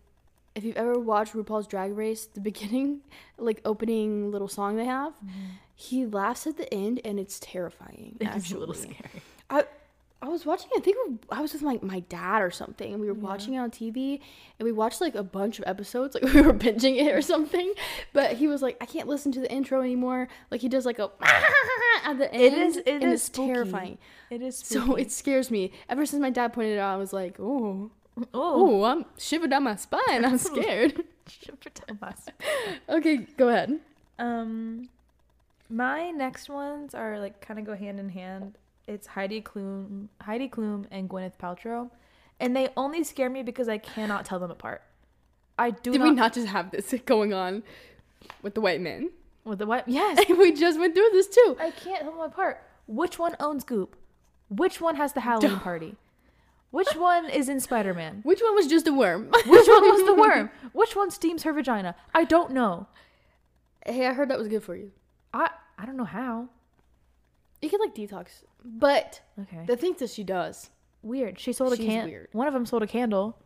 Speaker 2: if you've ever watched RuPaul's Drag Race, the [laughs] beginning, like opening little song they have,
Speaker 1: Mm-hmm.
Speaker 2: he laughs at the end, and it's terrifying.
Speaker 1: it's a little
Speaker 2: actually.
Speaker 1: scary.
Speaker 2: I I was watching. I think we- I was with my my dad or something, and we were watching it on TV, and we watched like a bunch of episodes, like [laughs] we were binging it or something. But he was like, "I can't listen to the intro anymore." Like he does like a [laughs] at the end.
Speaker 1: It is. It
Speaker 2: and
Speaker 1: is
Speaker 2: it's
Speaker 1: spooky.
Speaker 2: terrifying.
Speaker 1: It is. Spooky.
Speaker 2: So it scares me. Ever since my dad pointed it out, I was like, "Oh,
Speaker 1: oh,
Speaker 2: oh, I'm shivered down my spine. [laughs] I'm scared." okay, go ahead.
Speaker 1: [laughs] Um, my next ones are like kind of go hand in hand. It's Heidi Klum, Heidi Klum, and Gwyneth Paltrow, and they only scare me because I cannot tell them apart. I do
Speaker 2: Did
Speaker 1: not,
Speaker 2: we not just have this [laughs] going on with the white men?
Speaker 1: with the white. Yes,
Speaker 2: [laughs] we just went through this too.
Speaker 1: I can't tell them apart. Which one owns Goop? Which one has the Halloween party?
Speaker 2: [laughs]
Speaker 1: Which one is in Spider Man?
Speaker 2: Which one was just a worm?
Speaker 1: Which one was the worm? Which one steams her vagina? I don't know.
Speaker 2: [laughs] Hey, I heard that was good for you.
Speaker 1: I I don't know how.
Speaker 2: You could like detox, but
Speaker 1: Okay.
Speaker 2: the things that she does.
Speaker 1: Weird. She sold a
Speaker 2: She's
Speaker 1: can.
Speaker 2: weird.
Speaker 1: One of them sold a candle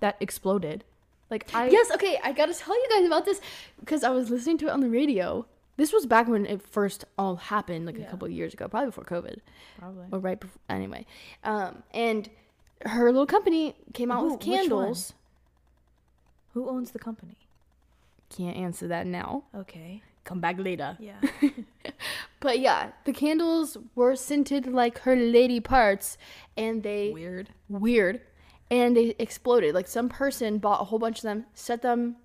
Speaker 1: that exploded. Like I
Speaker 2: yes, okay, I gotta tell you guys about this because I was listening to it on the radio. This was back when it first all happened, like a
Speaker 1: Yeah.
Speaker 2: couple of years ago, probably before COVID
Speaker 1: probably.
Speaker 2: or right before. Anyway, um, and her little company came
Speaker 1: Ooh,
Speaker 2: out with
Speaker 1: which one?
Speaker 2: candles.
Speaker 1: Who owns the company?
Speaker 2: Can't answer that now.
Speaker 1: Okay.
Speaker 2: Come back later.
Speaker 1: Yeah.
Speaker 2: But yeah, the candles were scented like her lady parts, and they
Speaker 1: Weird.
Speaker 2: [laughs] weird and they exploded like some person bought a whole bunch of them set them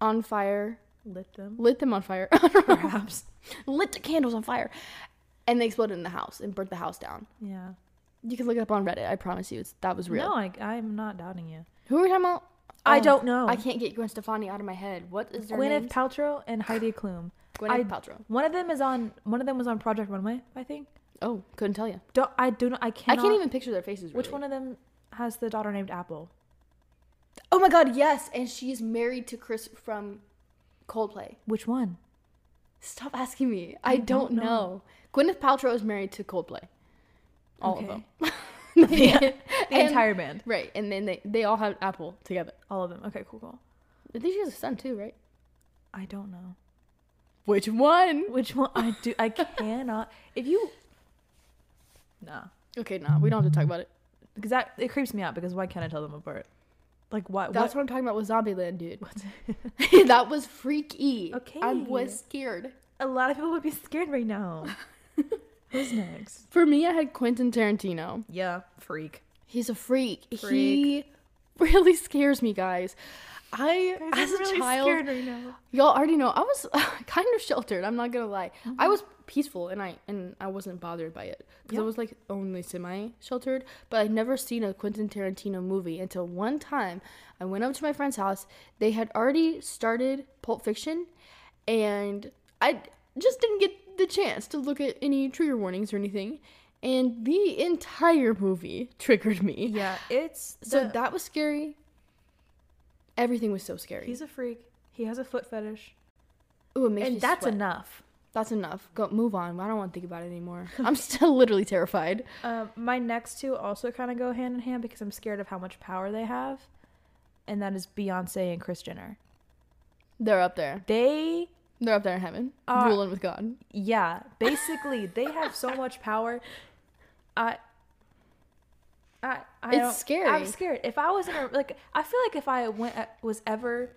Speaker 2: on fire
Speaker 1: Lit
Speaker 2: [laughs]
Speaker 1: them.
Speaker 2: lit them on fire
Speaker 1: Perhaps.
Speaker 2: lit the candles on fire and they exploded in the house and burnt the house down
Speaker 1: yeah.
Speaker 2: you can look it up on reddit i promise you it's, that was real
Speaker 1: No, I I'm not doubting you.
Speaker 2: who are we talking about
Speaker 1: I
Speaker 2: Oh,
Speaker 1: don't know.
Speaker 2: i can't get gwen stefani out of my head what is their
Speaker 1: Gwyneth
Speaker 2: name
Speaker 1: Paltrow and Heidi Klum.
Speaker 2: gwyneth
Speaker 1: I-
Speaker 2: paltrow
Speaker 1: One of them is on one of them was on Project Runway, I think.
Speaker 2: Oh, couldn't tell you.
Speaker 1: Don't, I do not. I cannot.
Speaker 2: I can't even picture their faces.
Speaker 1: Which
Speaker 2: really.
Speaker 1: one of them has the daughter named Apple?
Speaker 2: Oh my God, yes, and she's married to Chris from Coldplay.
Speaker 1: Which
Speaker 2: [laughs]
Speaker 1: one?
Speaker 2: Stop asking me. I, don't,
Speaker 1: don't
Speaker 2: know.
Speaker 1: know.
Speaker 2: Gwyneth Paltrow is married to Coldplay. All
Speaker 1: Okay.
Speaker 2: of them. [laughs]
Speaker 1: Yeah, the The
Speaker 2: And-
Speaker 1: entire band.
Speaker 2: Right, and then they, they all have Apple together.
Speaker 1: All of them. Okay, cool, cool.
Speaker 2: I think she has a son too, right?
Speaker 1: I don't know.
Speaker 2: Which one?
Speaker 1: Which one? I do.
Speaker 2: [laughs]
Speaker 1: I cannot. If you. Nah.
Speaker 2: Okay, nah, we don't have to talk about it.
Speaker 1: Because that. It creeps me out because why can't I tell them apart? Like, why?
Speaker 2: That's
Speaker 1: what?
Speaker 2: what I'm talking about with Zombieland, dude.
Speaker 1: What's
Speaker 2: [laughs] that was freaky. I was scared.
Speaker 1: A lot of people would be scared right [laughs] now. Who's next?
Speaker 2: For me, I had Quentin Tarantino.
Speaker 1: Yeah, freak.
Speaker 2: He's a freak. He
Speaker 1: Freak.
Speaker 2: [laughs] really scares me, guys. I,
Speaker 1: Guys,
Speaker 2: as
Speaker 1: I'm
Speaker 2: a
Speaker 1: really
Speaker 2: child,
Speaker 1: scared right now.
Speaker 2: y'all already know I was [laughs] kind of sheltered. I'm not gonna lie. I was peaceful and I and I wasn't bothered by it
Speaker 1: Mm-hmm.
Speaker 2: because I
Speaker 1: Yeah.
Speaker 2: was like only semi sheltered. But I'd never seen a Quentin Tarantino movie until one time. I went up to my friend's house. They had already started Pulp Fiction, and I just didn't get the chance to look at any trigger warnings or anything. And the entire movie triggered me.
Speaker 1: Yeah, it's.
Speaker 2: So
Speaker 1: the-
Speaker 2: that was scary. Everything was so scary.
Speaker 1: He's a freak. He has a foot fetish.
Speaker 2: Ooh, it makes me
Speaker 1: and that's
Speaker 2: sweat.
Speaker 1: enough.
Speaker 2: That's enough. Go move on. I don't want to think about it anymore. I'm still literally terrified.
Speaker 1: Um, my next two also kind of go hand in hand because I'm scared of how much power they have, and that is Beyonce and Chris Jenner.
Speaker 2: They're up there.
Speaker 1: They,
Speaker 2: They're up there in heaven,
Speaker 1: Uh,
Speaker 2: ruling with God.
Speaker 1: yeah, basically they have so much power. I, I, I
Speaker 2: It's
Speaker 1: don't-
Speaker 2: scary.
Speaker 1: I'm scared. If I was in a like, I feel like if I went uh, was ever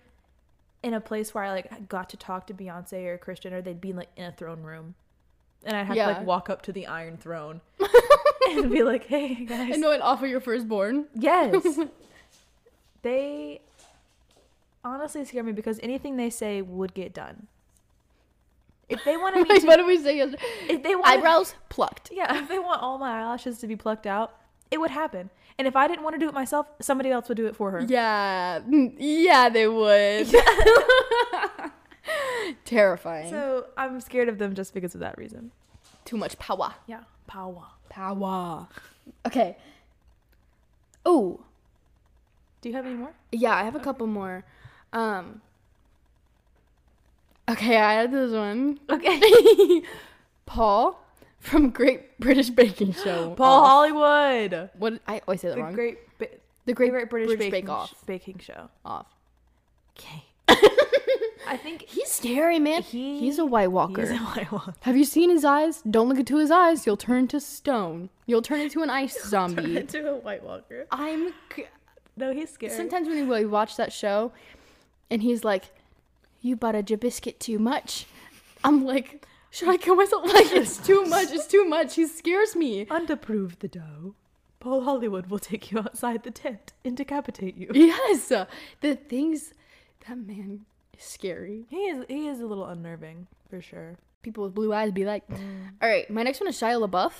Speaker 1: in a place where I like got to talk to Beyonce or Chris Jenner, they'd be like in a throne room, and I'd have to
Speaker 2: Yeah.
Speaker 1: like walk up to the Iron
Speaker 2: [laughs]
Speaker 1: Throne and be like, "Hey guys,
Speaker 2: And no one offer your firstborn. [laughs]
Speaker 1: Yes. they honestly scare me because anything they say would get done. If they wanted me
Speaker 2: [laughs] Like,
Speaker 1: to,
Speaker 2: what did we say yesterday?
Speaker 1: if they wanted,
Speaker 2: Eyebrows plucked.
Speaker 1: yeah, [laughs] if they want all my eyelashes to be plucked out, it would happen. And if I didn't want to do it myself, somebody else would do it for her.
Speaker 2: Yeah. Mm, Yeah, they would. [laughs] Terrifying.
Speaker 1: So I'm scared of them just because of that reason.
Speaker 2: Too much power.
Speaker 1: Yeah, power.
Speaker 2: Power. Okay. Oh,
Speaker 1: Do you have any more?
Speaker 2: Yeah, I have a couple more. Um Okay, I had this one. Okay. [laughs] Paul from Great British Baking Show.
Speaker 1: [gasps] Paul
Speaker 2: Off.
Speaker 1: Hollywood,
Speaker 2: What I always say that
Speaker 1: the
Speaker 2: wrong.
Speaker 1: great, ba-
Speaker 2: the Great
Speaker 1: great British, baking,
Speaker 2: Bake Off.
Speaker 1: baking show.
Speaker 2: Off.
Speaker 1: Okay. [laughs] I think
Speaker 2: He's scary, man.
Speaker 1: He-
Speaker 2: he's a White Walker.
Speaker 1: he's a White Walker.
Speaker 2: have you seen his eyes? Don't look into his eyes. You'll turn to stone. You'll turn into
Speaker 1: [laughs]
Speaker 2: an ice [laughs] zombie.
Speaker 1: into a White Walker.
Speaker 2: I'm c-
Speaker 1: No, he's scary.
Speaker 2: sometimes when we watch that show and he's like you buttered your biscuit too much i'm like should i kill myself [laughs] like it's too much it's too much he scares me
Speaker 1: Underprove the dough. Paul Hollywood will take you outside the tent and decapitate you.
Speaker 2: yes the things that man is scary
Speaker 1: He is he is a little unnerving for sure.
Speaker 2: people with blue eyes be like all right my next one is shia labeouf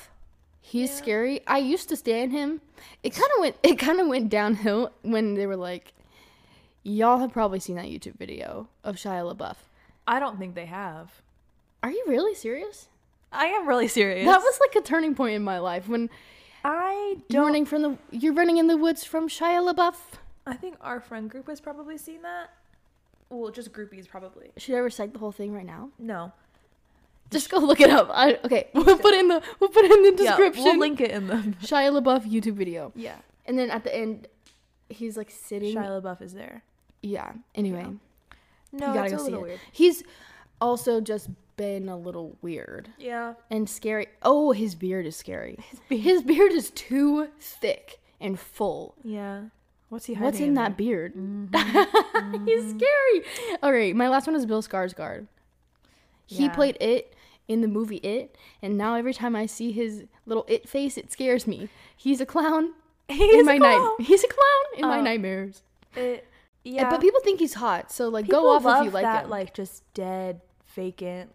Speaker 2: he's scary i used to stand him it kind of went it kind of went downhill when they were like y'all have probably seen that youtube video of shia labeouf
Speaker 1: I don't think they have.
Speaker 2: are you really serious
Speaker 1: I am really serious.
Speaker 2: That was like a turning point in my life when
Speaker 1: I
Speaker 2: you're running from the you're running in the woods from Shia LaBeouf.
Speaker 1: I think our friend group has probably seen that. Well, just groupies probably.
Speaker 2: Should I recite the whole thing right now?
Speaker 1: No.
Speaker 2: Just go look it up. I, okay, we'll put in the we'll put in the description.
Speaker 1: we'll link it in
Speaker 2: [laughs]
Speaker 1: the [laughs]
Speaker 2: Shia LaBeouf YouTube video,
Speaker 1: Yeah.
Speaker 2: and then at the end, he's like sitting.
Speaker 1: Shia LaBeouf is there.
Speaker 2: yeah. Anyway,
Speaker 1: No,
Speaker 2: you gotta
Speaker 1: that's
Speaker 2: go
Speaker 1: a
Speaker 2: see
Speaker 1: little
Speaker 2: it.
Speaker 1: weird.
Speaker 2: He's also just been a little weird
Speaker 1: Yeah.
Speaker 2: and scary. Oh, his beard is scary. His beard, his beard is too thick and full.
Speaker 1: Yeah. What's he hiding?
Speaker 2: What's in that
Speaker 1: [laughs] there?
Speaker 2: beard?
Speaker 1: Mm-hmm.
Speaker 2: [laughs] He's scary. All right, my last one is Bill Skarsgård. He
Speaker 1: Yeah.
Speaker 2: played it in the movie It, and now every time I see his little it face, it scares me. He's a clown
Speaker 1: He's
Speaker 2: in my
Speaker 1: a
Speaker 2: night.
Speaker 1: clown.
Speaker 2: He's a clown in my
Speaker 1: Oh.
Speaker 2: nightmares.
Speaker 1: It-
Speaker 2: And-
Speaker 1: yeah.
Speaker 2: But people think he's hot, so like
Speaker 1: People
Speaker 2: go off
Speaker 1: love
Speaker 2: if you like
Speaker 1: that,
Speaker 2: him.
Speaker 1: like just dead, vacant,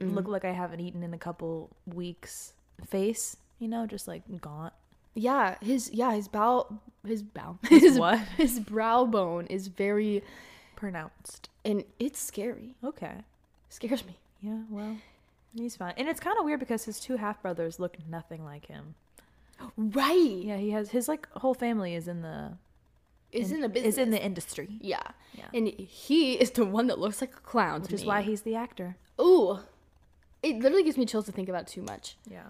Speaker 1: look like I haven't eaten in a couple weeks face. You know, just like gaunt.
Speaker 2: yeah, his yeah his bow
Speaker 1: [laughs]
Speaker 2: his bow his
Speaker 1: what?
Speaker 2: his brow bone is very
Speaker 1: Pronounced.
Speaker 2: and it's scary.
Speaker 1: Okay.
Speaker 2: Scares me.
Speaker 1: Yeah. Well. He's fine. And it's kind of weird because his two half brothers look nothing like him.
Speaker 2: Right.
Speaker 1: Yeah, he has his like whole family is in the
Speaker 2: Is in the business.
Speaker 1: is in the industry,
Speaker 2: yeah.
Speaker 1: Yeah.
Speaker 2: And he is the one that looks like a clown.
Speaker 1: which
Speaker 2: to
Speaker 1: is
Speaker 2: me.
Speaker 1: why he's the actor.
Speaker 2: Ooh. It literally gives me chills to think about it too much.
Speaker 1: Yeah.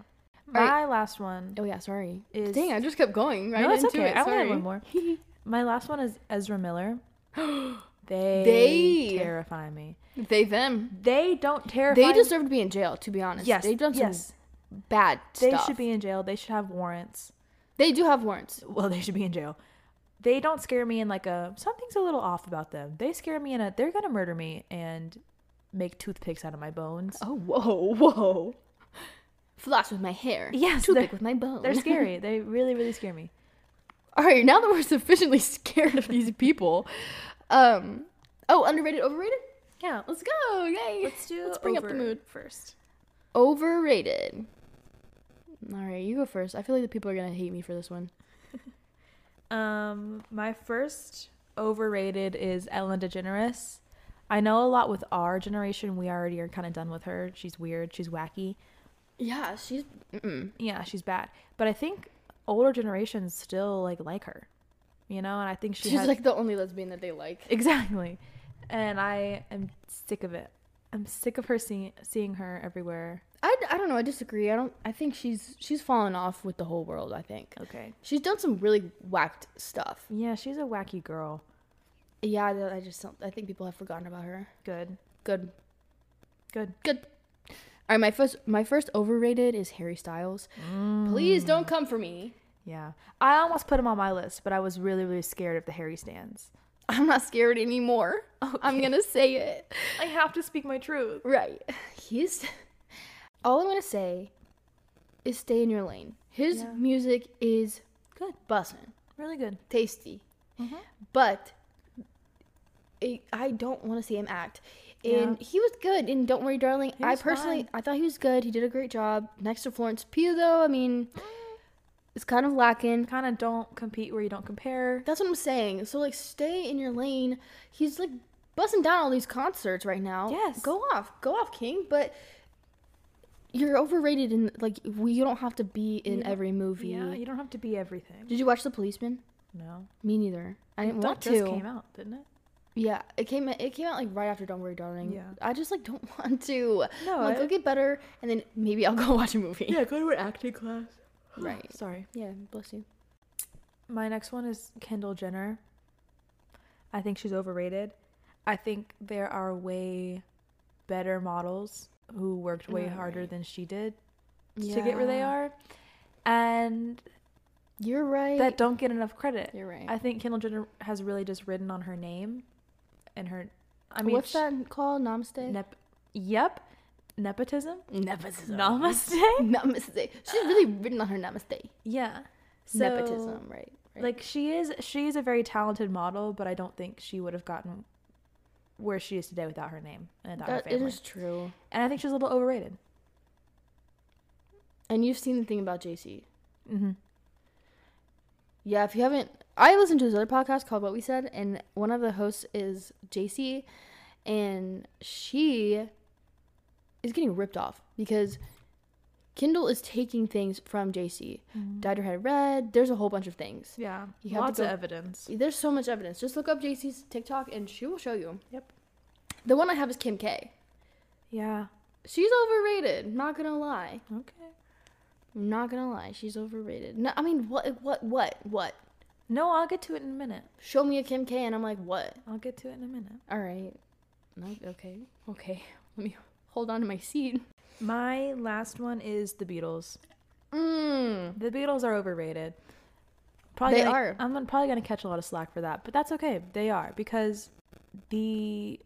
Speaker 2: right.
Speaker 1: My last one.
Speaker 2: Oh yeah, sorry.
Speaker 1: Is-
Speaker 2: Dang, I just kept going right
Speaker 1: no, it's
Speaker 2: into
Speaker 1: okay.
Speaker 2: it.
Speaker 1: I only have
Speaker 2: sorry.
Speaker 1: one
Speaker 2: [laughs]
Speaker 1: more. My last one is Ezra
Speaker 2: [gasps]
Speaker 1: Miller. They,
Speaker 2: They-
Speaker 1: terrify me.
Speaker 2: They them.
Speaker 1: They don't terrify.
Speaker 2: They deserve to be in jail, to be honest.
Speaker 1: Yes,
Speaker 2: They've done some
Speaker 1: yes.
Speaker 2: bad
Speaker 1: They
Speaker 2: stuff.
Speaker 1: should be in jail. They should have warrants.
Speaker 2: They do have warrants.
Speaker 1: Well, they should be in jail. They don't scare me in like a something's a little off about them. They scare me in a they're gonna murder me and make toothpicks out of my bones.
Speaker 2: Oh whoa, [laughs] whoa. Floss with my hair.
Speaker 1: Yes,
Speaker 2: Toothpick
Speaker 1: they're-
Speaker 2: with my bone.
Speaker 1: They're scary. they really, really scare me.
Speaker 2: [laughs] All right, now that we're sufficiently [laughs] scared of these people, um, oh, underrated, overrated.
Speaker 1: Yeah.
Speaker 2: Let's go! Yay! Let's bring up the mood.
Speaker 1: first.
Speaker 2: Overrated. All right, you go first. I feel like the people are gonna hate me for this one.
Speaker 1: Um, my first overrated is Ellen DeGeneres. I know a lot with our generation. We already are kind of done with her. She's weird. She's wacky.
Speaker 2: Yeah, she's. Mm-mm.
Speaker 1: Yeah, she's bad. But I think older generations still like like her, you know. And I think she
Speaker 2: She's
Speaker 1: has
Speaker 2: like the only lesbian that they like.
Speaker 1: [laughs] exactly. And I am sick of it. I'm sick of her seeing seeing her everywhere.
Speaker 2: I, I don't know. I disagree. I don't. I think she's she's fallen off with the whole world. I think
Speaker 1: Okay.
Speaker 2: she's done some really whacked stuff.
Speaker 1: Yeah, she's a wacky girl.
Speaker 2: Yeah, I I just don't. I think people have forgotten about her.
Speaker 1: Good.
Speaker 2: Good,
Speaker 1: Good.
Speaker 2: good. All right, my first my first overrated is Harry Styles. Please don't come for me.
Speaker 1: Yeah. I almost put him on my list, but I was really, really scared of the Harry stands.
Speaker 2: I'm not scared anymore. I'm gonna say it.
Speaker 1: I have to speak my truth.
Speaker 2: Right. [laughs] He's all I'm gonna say is stay in your lane. His
Speaker 1: Yeah.
Speaker 2: music is
Speaker 1: Good.
Speaker 2: bussin',
Speaker 1: Really good.
Speaker 2: tasty,
Speaker 1: Mhm.
Speaker 2: but it, I don't want to see him act. And he was good. And don't worry, darling.
Speaker 1: He
Speaker 2: I
Speaker 1: was
Speaker 2: personally,
Speaker 1: fine.
Speaker 2: I thought he was good. He did a great job. Next to Florence Pugh, though, I mean,
Speaker 1: Mm.
Speaker 2: it's kind of lacking.
Speaker 1: Kind of don't compete where you don't compare.
Speaker 2: That's what I'm saying. So like, stay in your lane. He's like busting down all these concerts right now.
Speaker 1: Yes.
Speaker 2: go off, go off, King. But you're overrated, and like, we, you don't have to be in
Speaker 1: You don't-
Speaker 2: every movie.
Speaker 1: Yeah, you don't have to be everything.
Speaker 2: Did you watch The Policeman?
Speaker 1: No.
Speaker 2: Me neither. I didn't want
Speaker 1: that just
Speaker 2: to.
Speaker 1: came out, didn't it?
Speaker 2: Yeah, it came. It came out like right after Don't Worry, Darling.
Speaker 1: Yeah.
Speaker 2: I just like don't [laughs] want to.
Speaker 1: No,
Speaker 2: I'm like,
Speaker 1: I-
Speaker 2: go get better, and then maybe I'll go [laughs] watch a movie.
Speaker 1: go to an acting class.
Speaker 2: Right.
Speaker 1: Sorry.
Speaker 2: Yeah. Bless you.
Speaker 1: My next one is Kendall Jenner. I think she's overrated. I think there are way better models who worked way
Speaker 2: Right,
Speaker 1: harder
Speaker 2: right.
Speaker 1: than she did to get where they
Speaker 2: Yeah.
Speaker 1: are. And
Speaker 2: You're right.
Speaker 1: that don't get enough credit.
Speaker 2: You're right.
Speaker 1: I think Kendall Jenner has really just ridden on her name and her. I mean,
Speaker 2: What's
Speaker 1: sh-
Speaker 2: that called? Namaste.
Speaker 1: Nep- yep, nepotism.
Speaker 2: Nepotism. [laughs]
Speaker 1: Namaste.
Speaker 2: Namaste. She's really written on her namaste.
Speaker 1: Yeah, so,
Speaker 2: Nepotism, right? right.
Speaker 1: Like she is, she is a very talented model, but I don't think she would have gotten where she is today without her name and without
Speaker 2: that
Speaker 1: her
Speaker 2: it
Speaker 1: family.
Speaker 2: is true.
Speaker 1: And I think she's a little overrated.
Speaker 2: And you've seen the thing about JC.
Speaker 1: Mm-hmm.
Speaker 2: Yeah, if you haven't, I listened to this other podcast called What We Said, and one of the hosts is JC, and she is getting ripped off because Kindle is taking things from JC.
Speaker 1: Mm-hmm.
Speaker 2: Dyed her head red. There's a whole bunch of things.
Speaker 1: Yeah,
Speaker 2: You have to
Speaker 1: lots
Speaker 2: go-
Speaker 1: of evidence.
Speaker 2: There's so much evidence. Just look up JC's TikTok, and she will show you.
Speaker 1: Yep.
Speaker 2: The one I have is Kim K.
Speaker 1: Yeah.
Speaker 2: She's overrated. Not gonna lie.
Speaker 1: Okay.
Speaker 2: I'm not gonna lie, she's overrated. No, I mean, what, what, what, what?
Speaker 1: No, I'll get to it in a minute.
Speaker 2: Show me a Kim K, and I'm like, what?
Speaker 1: I'll get to it in a minute.
Speaker 2: All right, no, okay, okay. [laughs] Let me hold on to my seat.
Speaker 1: My last one is the Beatles.
Speaker 2: Mm.
Speaker 1: The Beatles are overrated. Probably
Speaker 2: They
Speaker 1: gonna-
Speaker 2: are.
Speaker 1: I'm gonna- probably going to catch a lot of slack for that, but that's okay. They are because the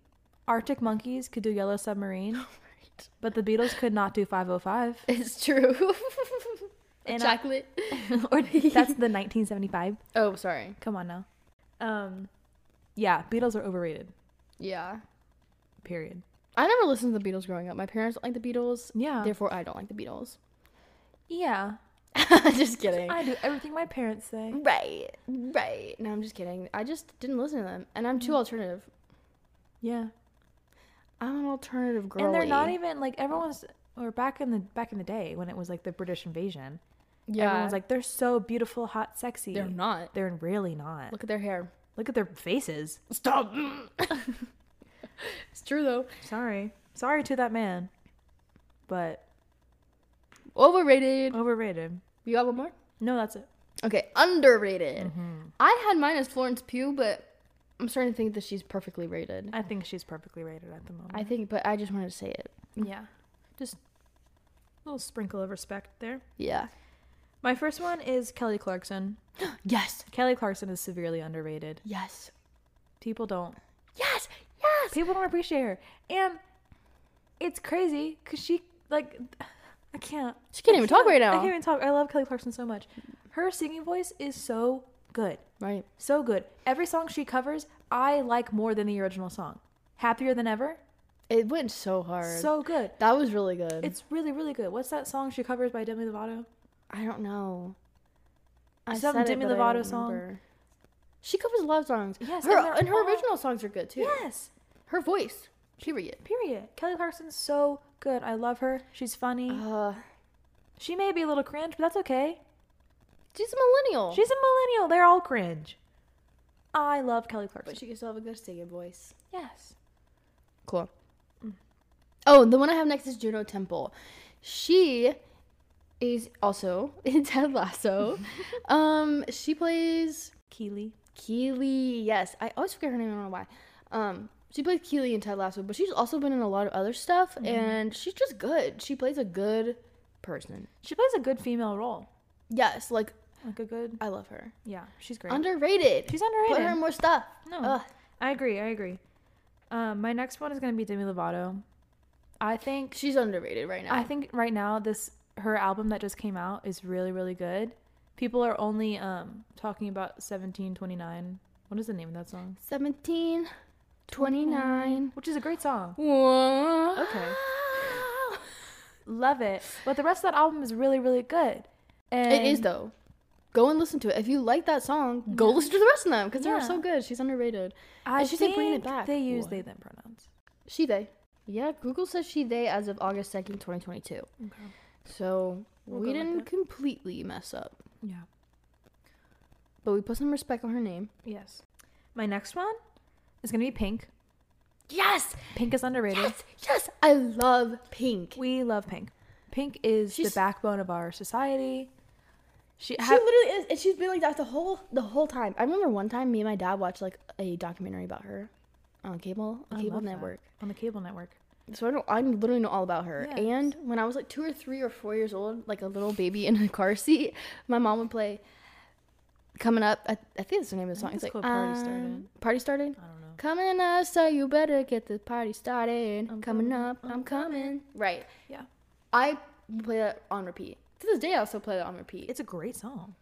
Speaker 1: Arctic Monkeys could do Yellow Submarine,
Speaker 2: [laughs] Right.
Speaker 1: but the Beatles could not do 505.
Speaker 2: It's true. [laughs]
Speaker 1: And I-
Speaker 2: Chocolate.
Speaker 1: or [laughs] that's
Speaker 2: [laughs]
Speaker 1: the 1975.
Speaker 2: oh, sorry.
Speaker 1: Come on now. Um, yeah, Beatles are overrated.
Speaker 2: Yeah,
Speaker 1: Period.
Speaker 2: I never listened to the Beatles growing up. My parents don't like the Beatles,
Speaker 1: Yeah.
Speaker 2: therefore I don't like
Speaker 1: [laughs]
Speaker 2: the Beatles.
Speaker 1: yeah.
Speaker 2: just kidding.
Speaker 1: I do everything my parents say.
Speaker 2: [laughs] Right, right. No, I'm just kidding. I just didn't listen to them, and I'm
Speaker 1: Mm.
Speaker 2: too alternative.
Speaker 1: Yeah.
Speaker 2: I'm an alternative girl.
Speaker 1: And they're not even like everyone's or back in the back in the day when it was like the British invasion.
Speaker 2: Yeah.
Speaker 1: Everyone was like, they're so beautiful, hot, sexy.
Speaker 2: they're not.
Speaker 1: They're really not. Look,
Speaker 2: Look at their hair.
Speaker 1: at their faces.
Speaker 2: Stop. [laughs] it's true though.
Speaker 1: Sorry. Sorry to that man. But
Speaker 2: Overrated.
Speaker 1: overrated.
Speaker 2: You got one more? Mm-hmm.
Speaker 1: No, that's it.
Speaker 2: Okay, underrated. I had mine as Florence Pugh, but I'm starting to think that she's perfectly rated.
Speaker 1: I think she's perfectly rated at the moment.
Speaker 2: I think, but I just wanted to say it.
Speaker 1: yeah. Just a little sprinkle of respect there.
Speaker 2: Yeah.
Speaker 1: My first one is Kelly Clarkson.
Speaker 2: Yes.
Speaker 1: Kelly Clarkson is severely underrated.
Speaker 2: Yes.
Speaker 1: People don't
Speaker 2: Yes. Yes.
Speaker 1: people don't appreciate her. And it's crazy cuz she like I can't
Speaker 2: She can't even talk right
Speaker 1: I
Speaker 2: now.
Speaker 1: can't even talk. I love Kelly Clarkson so much. Her singing voice is so good.
Speaker 2: Right.
Speaker 1: So good. Every song she covers, I like more than the original song. Happier than ever?
Speaker 2: It went so hard.
Speaker 1: So good.
Speaker 2: that was really good.
Speaker 1: It's really, really good. What's that song she covers by Demi Lovato?
Speaker 2: I don't know. I
Speaker 1: Some
Speaker 2: said it,
Speaker 1: Demi
Speaker 2: but I don't
Speaker 1: Lovato song.
Speaker 2: remember. She covers a lot of songs.
Speaker 1: Yes,
Speaker 2: Her
Speaker 1: and
Speaker 2: and,
Speaker 1: they're
Speaker 2: her
Speaker 1: all-
Speaker 2: original songs are good too.
Speaker 1: Yes.
Speaker 2: Her voice. Period.
Speaker 1: Period. Kelly Clarkson's so good. I love her. She's funny.
Speaker 2: Uh,
Speaker 1: she may be a little cringe, but that's okay.
Speaker 2: she's a millennial.
Speaker 1: She's a millennial. They're all cringe. I love Kelly Clarkson.
Speaker 2: but she can still have a good singing voice.
Speaker 1: yes.
Speaker 2: Cool. Oh, the one I have next is Juno Temple. She is also [laughs] in Ted [laughs] Lasso. um, she plays
Speaker 1: Keely.
Speaker 2: Keely. Yes, I always forget her name. I don't know why. Um, she played Keely in Ted Lasso, but she's also been in a lot of other stuff, and she's just good. She plays a good person.
Speaker 1: She plays a good female role.
Speaker 2: Yes, like
Speaker 1: Like a good.
Speaker 2: I love her.
Speaker 1: Yeah, she's great.
Speaker 2: Underrated.
Speaker 1: she's
Speaker 2: Put
Speaker 1: underrated.
Speaker 2: her in more stuff.
Speaker 1: No,
Speaker 2: Ugh.
Speaker 1: I agree. I agree. Um, my next one is gonna be Demi Lovato. I think
Speaker 2: She's underrated right now.
Speaker 1: I think right now this her album that just came out is really really good. People are only um talking about 1729. What is the name of that song?
Speaker 2: 17, 29.
Speaker 1: Which is a great song.
Speaker 2: Wow.
Speaker 1: Okay. Love it. But the rest of that album is really really good. And
Speaker 2: It is though. Go and listen to it. If you like that song, go listen to the rest of them because they're
Speaker 1: Yeah.
Speaker 2: so good. She's underrated.
Speaker 1: I
Speaker 2: and she's like bringing it
Speaker 1: think
Speaker 2: back.
Speaker 1: They use
Speaker 2: What?
Speaker 1: they them pronouns.
Speaker 2: She they. Yeah, Google says she they as of August second, twenty twenty two.
Speaker 1: Okay.
Speaker 2: So
Speaker 1: We'll
Speaker 2: we
Speaker 1: go with
Speaker 2: didn't
Speaker 1: it.
Speaker 2: completely mess up,
Speaker 1: Yeah.
Speaker 2: but we put some respect on her name.
Speaker 1: Yes. My next one is gonna be Pink.
Speaker 2: Yes,
Speaker 1: Pink is underrated.
Speaker 2: yes, yes. I love Pink.
Speaker 1: We love Pink. Pink is
Speaker 2: She's-
Speaker 1: the backbone of our society. She,
Speaker 2: She
Speaker 1: ha-
Speaker 2: literally is, and she's been like that the whole the whole time. I remember one time me and my dad watched like a documentary about her on cable
Speaker 1: I
Speaker 2: on cable
Speaker 1: love that.
Speaker 2: network.
Speaker 1: on the cable network.
Speaker 2: So I don't, I literally know all about her.
Speaker 1: Yes.
Speaker 2: And when I was like two or three or four years old, like a little baby in a car seat, my mom would play. Coming up, I, I think that's the name of the song.
Speaker 1: think
Speaker 2: It's like
Speaker 1: it's called Party Started. Uh-huh.
Speaker 2: um, Party started.
Speaker 1: I don't know.
Speaker 2: Coming up, so you better get the party started.
Speaker 1: I'm
Speaker 2: coming,
Speaker 1: coming,
Speaker 2: up, I'm coming. Right.
Speaker 1: Yeah,
Speaker 2: I play that on repeat. To this day, I also play that on repeat.
Speaker 1: it's a great song.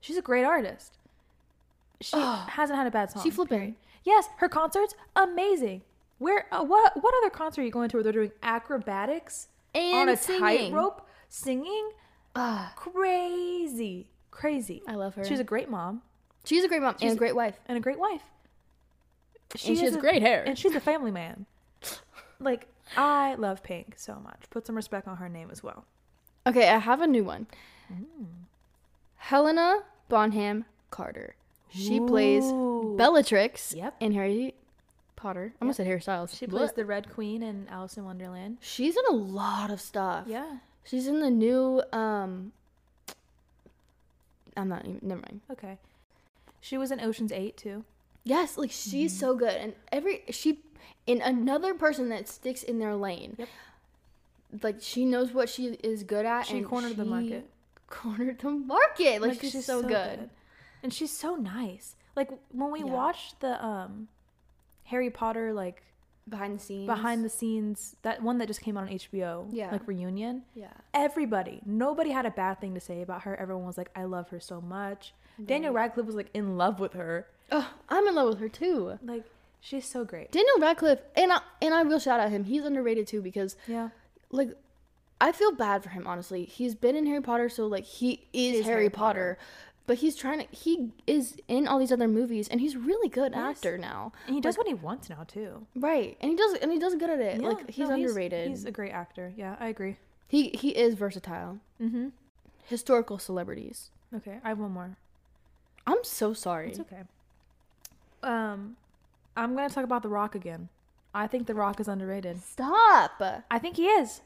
Speaker 1: She's a great artist. She hasn't had a bad song.
Speaker 2: she flipping.
Speaker 1: yes, her concerts amazing. Where uh, what what other concert are you going to where they're doing acrobatics on
Speaker 2: And
Speaker 1: a
Speaker 2: singing.
Speaker 1: tightrope, singing?
Speaker 2: Ah,
Speaker 1: Crazy, crazy.
Speaker 2: I love her.
Speaker 1: She's a great mom
Speaker 2: She's a great mom and a great wife.
Speaker 1: and a great wife.
Speaker 2: and she
Speaker 1: is
Speaker 2: has
Speaker 1: a-
Speaker 2: great hair.
Speaker 1: and she's a family man. Like I love Pink so much. Put some respect on her name as well.
Speaker 2: okay, I have a new one. Helena Bonham Carter. She plays
Speaker 1: Ooh.
Speaker 2: Bellatrix
Speaker 1: Yep.
Speaker 2: in Harry Potter. I almost said Harry Styles.
Speaker 1: She
Speaker 2: Blah.
Speaker 1: plays the Red Queen in Alice in Wonderland.
Speaker 2: She's in a lot of stuff.
Speaker 1: Yeah.
Speaker 2: She's in the new um I'm not even never mind.
Speaker 1: Okay. She was in Ocean's Eight too.
Speaker 2: Yes, like she's so good and every she in another person that sticks in their lane.
Speaker 1: Yep.
Speaker 2: Like she knows what she is good at
Speaker 1: She
Speaker 2: and
Speaker 1: cornered the
Speaker 2: she
Speaker 1: market.
Speaker 2: Cornered the market. Like, she's, so, good.
Speaker 1: And she's so nice. Like when we
Speaker 2: Yeah.
Speaker 1: watched the um Harry Potter like
Speaker 2: Behind the scenes.
Speaker 1: behind the scenes that one that just came out on HBO
Speaker 2: Yeah.
Speaker 1: like reunion
Speaker 2: Yeah.
Speaker 1: everybody nobody had a bad thing to say about her everyone was like I love her so much Daniel Radcliffe was like in love with her
Speaker 2: Oh, I'm in love with her too.
Speaker 1: like she's so great
Speaker 2: Daniel Radcliffe and I and I will shout out him. He's underrated too because
Speaker 1: yeah
Speaker 2: like I feel bad for him honestly. He's been in Harry Potter so like he is Harry,
Speaker 1: Harry
Speaker 2: Potter. But he's trying to. He is in all these other movies, and he's a really good
Speaker 1: Yes.
Speaker 2: actor now.
Speaker 1: And he does what he wants now too.
Speaker 2: Right, and he does, and he does good at it.
Speaker 1: Yeah,
Speaker 2: Uh, like he's
Speaker 1: no,
Speaker 2: underrated.
Speaker 1: He's, a great actor. Yeah, I agree.
Speaker 2: he he is versatile.
Speaker 1: Mm-hmm.
Speaker 2: Historical celebrities.
Speaker 1: Okay, I have one more.
Speaker 2: I'm so sorry.
Speaker 1: It's okay. Um, I'm gonna talk about The Rock again. I think The Rock is underrated.
Speaker 2: Stop.
Speaker 1: I think he is.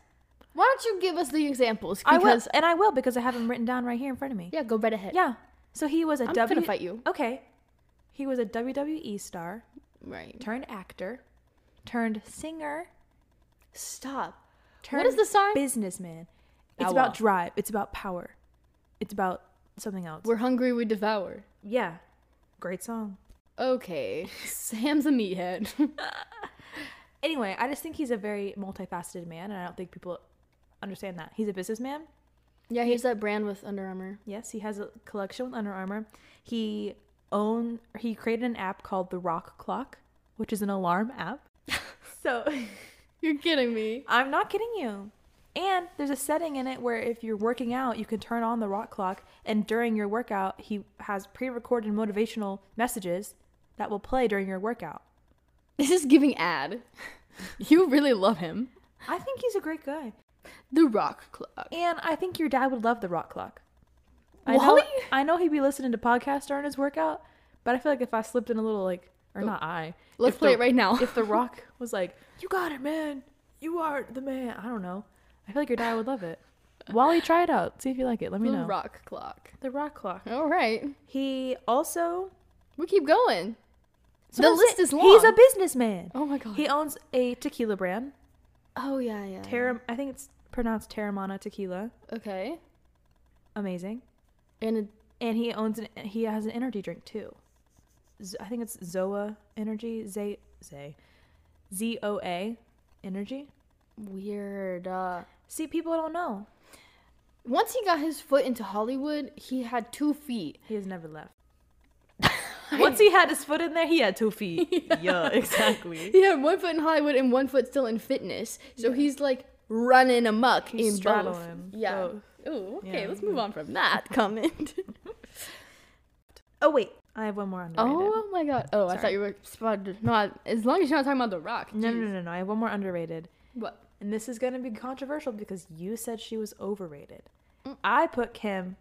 Speaker 2: Why don't you give us the examples?
Speaker 1: I will, and I will because I have him written down right here in front of me.
Speaker 2: Yeah, go right ahead.
Speaker 1: Yeah. So he was a
Speaker 2: I'm
Speaker 1: W-
Speaker 2: gonna fight you.
Speaker 1: Okay. He was a WWE star
Speaker 2: Right.
Speaker 1: turned actor, turned singer,
Speaker 2: Stop.
Speaker 1: turned
Speaker 2: is the sign?
Speaker 1: Businessman. It's
Speaker 2: Now
Speaker 1: about
Speaker 2: what?
Speaker 1: drive. It's about power. It's about something else.
Speaker 2: We're hungry, we devour.
Speaker 1: yeah. Great song. [laughs]
Speaker 2: Okay. Sam's a meathead. [laughs]
Speaker 1: Anyway, I just think he's a very multifaceted man, and I don't think people understand that. He's a businessman.
Speaker 2: yeah, he's that brand with Under Armour.
Speaker 1: Yes, he has a collection with Under Armour. He own he created an app called the Rock Clock, which is an alarm app. so [laughs]
Speaker 2: You're kidding me.
Speaker 1: I'm not kidding you. And there's a setting in it where if you're working out, you can turn on the rock clock, and during your workout, he has pre-recorded motivational messages that will play during your workout.
Speaker 2: This is giving ad. [laughs] you really love him.
Speaker 1: I think he's a great guy,
Speaker 2: The Rock Clock.
Speaker 1: and I think your dad would love the rock clock. I know,
Speaker 2: Wally?
Speaker 1: I know he'd be listening to podcasts during his workout, but I feel like if I slipped in a little like,
Speaker 2: Oh.
Speaker 1: or not I,
Speaker 2: Let's
Speaker 1: if
Speaker 2: play
Speaker 1: the-
Speaker 2: it right now.
Speaker 1: if the rock [laughs] was like, "You got it, man. You are the man." I don't know. I feel like your dad would love it. Wally, try it out. See if you like it. Let me
Speaker 2: the
Speaker 1: know.
Speaker 2: Rock Clock.
Speaker 1: The rock clock.
Speaker 2: All right.
Speaker 1: He also
Speaker 2: We keep going.
Speaker 1: So
Speaker 2: The
Speaker 1: that's
Speaker 2: list
Speaker 1: it.
Speaker 2: is
Speaker 1: He's a
Speaker 2: long.
Speaker 1: businessman.
Speaker 2: Oh my god.
Speaker 1: He owns a tequila brand.
Speaker 2: oh yeah, yeah.
Speaker 1: Terram I think it's pronounced Terramana Tequila.
Speaker 2: yeah. Okay.
Speaker 1: Amazing.
Speaker 2: And it,
Speaker 1: And he owns an he has an energy drink too. Z- I think it's Zoa Energy. Z Z Z O A Energy.
Speaker 2: weird. Uh,
Speaker 1: See, people don't know.
Speaker 2: once he got his foot into Hollywood, he had two [laughs] feet.
Speaker 1: He has never left. Once he had his foot in there, he had two
Speaker 2: [laughs]
Speaker 1: feet. yeah. exactly.
Speaker 2: He had one foot in Hollywood and one foot still in fitness. So he's like running amok
Speaker 1: He's
Speaker 2: in both.
Speaker 1: straddling
Speaker 2: Yeah.
Speaker 1: both.
Speaker 2: Ooh, okay,
Speaker 1: Yeah.
Speaker 2: let's move on from [laughs] that comment.
Speaker 1: Oh wait, I have one more underrated.
Speaker 2: oh my god. Oh, I thought
Speaker 1: Sorry.
Speaker 2: you were spotted. No, as long as you're not talking about The Rock.
Speaker 1: no, no,
Speaker 2: jeez.
Speaker 1: no, no, no. I have one more underrated.
Speaker 2: What?
Speaker 1: And this is going to be controversial because you said she was overrated.
Speaker 2: Mm.
Speaker 1: I put Kim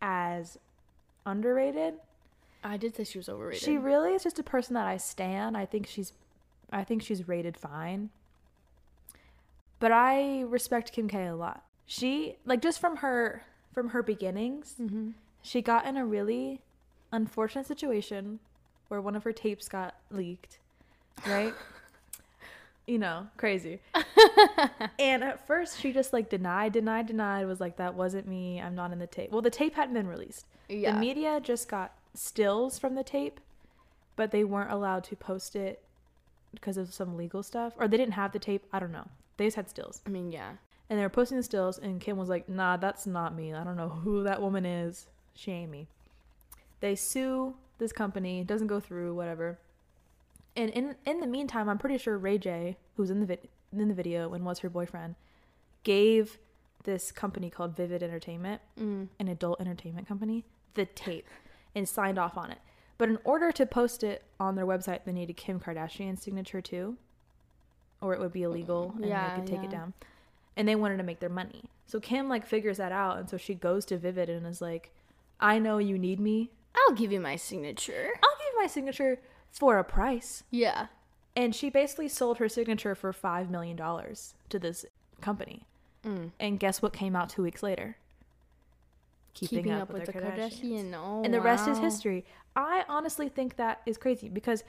Speaker 1: as underrated.
Speaker 2: I did say she was overrated.
Speaker 1: She really is just a person that I stand. I think she's I think she's rated fine. But I respect Kim K a lot. She like just from her from her beginnings, she got in a really unfortunate situation where one of her tapes got leaked, right? you know, crazy. and at first she just like denied, denied, denied, was like, that wasn't me. I'm not in the tape. Well, the tape hadn't been released.
Speaker 2: Yeah.
Speaker 1: The media just got stills from the tape, but they weren't allowed to post it because of some legal stuff. Or they didn't have the tape. I don't know. They just had stills.
Speaker 2: I mean, yeah.
Speaker 1: And they were posting the stills, and Kim was like, nah, that's not me. I don't know who that woman is. She ain't me. They sue this company, doesn't go through, whatever. And in in the meantime, I'm pretty sure Ray J, who's in the vid- in the video and was her boyfriend, gave this company called Vivid Entertainment,
Speaker 2: Mm.
Speaker 1: an adult entertainment company, the tape and signed off on it. But in order to post it on their website, they needed Kim Kardashian's signature too, or it would be illegal and
Speaker 2: Yeah,
Speaker 1: they could take
Speaker 2: yeah.
Speaker 1: it down. And they wanted to make their money. So Kim like figures that out and so she goes to Vivid and is like, "I know you need me.
Speaker 2: I'll give you my signature.
Speaker 1: I'll give you my signature for a price."
Speaker 2: Yeah.
Speaker 1: And she basically sold her signature for $5 million to this company.
Speaker 2: Mm.
Speaker 1: And guess what came out two weeks later?
Speaker 2: Keeping, up, with, the
Speaker 1: Their
Speaker 2: Kardashian. Oh,
Speaker 1: And the rest is
Speaker 2: wow.
Speaker 1: history. I honestly think that is crazy because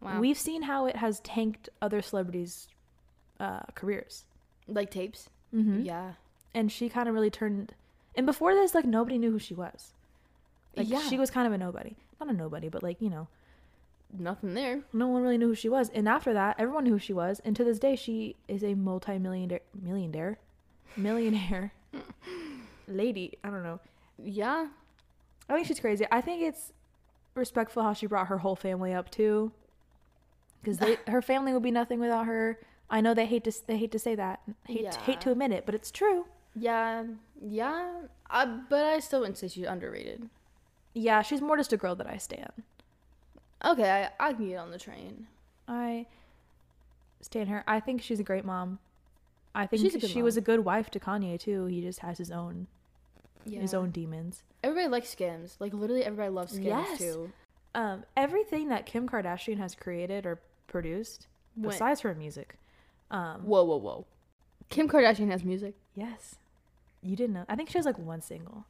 Speaker 2: Wow.
Speaker 1: we've seen how it has tanked other celebrities' uh, careers.
Speaker 2: Like tapes.
Speaker 1: Hmm?
Speaker 2: Yeah.
Speaker 1: And she kind of really turned. And before this, like, nobody knew who she was. Like,
Speaker 2: Yeah.
Speaker 1: she was kind of a nobody. Not a nobody, but like, you know,
Speaker 2: Nothing there.
Speaker 1: no one really knew who she was. And after that, everyone knew who she was. And to this day, she is a multi-millionaire, millionaire,
Speaker 2: [laughs]
Speaker 1: millionaire lady. I don't know.
Speaker 2: Yeah.
Speaker 1: I think she's crazy. I think it's respectful how she brought her whole family up too, because
Speaker 2: [sighs]
Speaker 1: her family would be nothing without her. I know they hate to s- they hate to say that, hate hate to admit it, but it's true.
Speaker 2: Uh, Yeah, yeah, I, but I still wouldn't say she's underrated.
Speaker 1: Yeah, she's more just a girl that I stand.
Speaker 2: Okay, I, I can get on the train.
Speaker 1: I stand her. I think she's a great mom. I think
Speaker 2: She's a good
Speaker 1: she was a good wife to Kanye too. He just has his own
Speaker 2: Yeah.
Speaker 1: his own demons.
Speaker 2: Everybody likes skims. Like literally everybody loves skims
Speaker 1: Yes.
Speaker 2: too.
Speaker 1: Um, everything that Kim Kardashian has created or produced,
Speaker 2: When-
Speaker 1: besides her music, um,
Speaker 2: Whoa, whoa, whoa. Kim Kardashian has music.
Speaker 1: yes, you didn't know. I think she has like one single.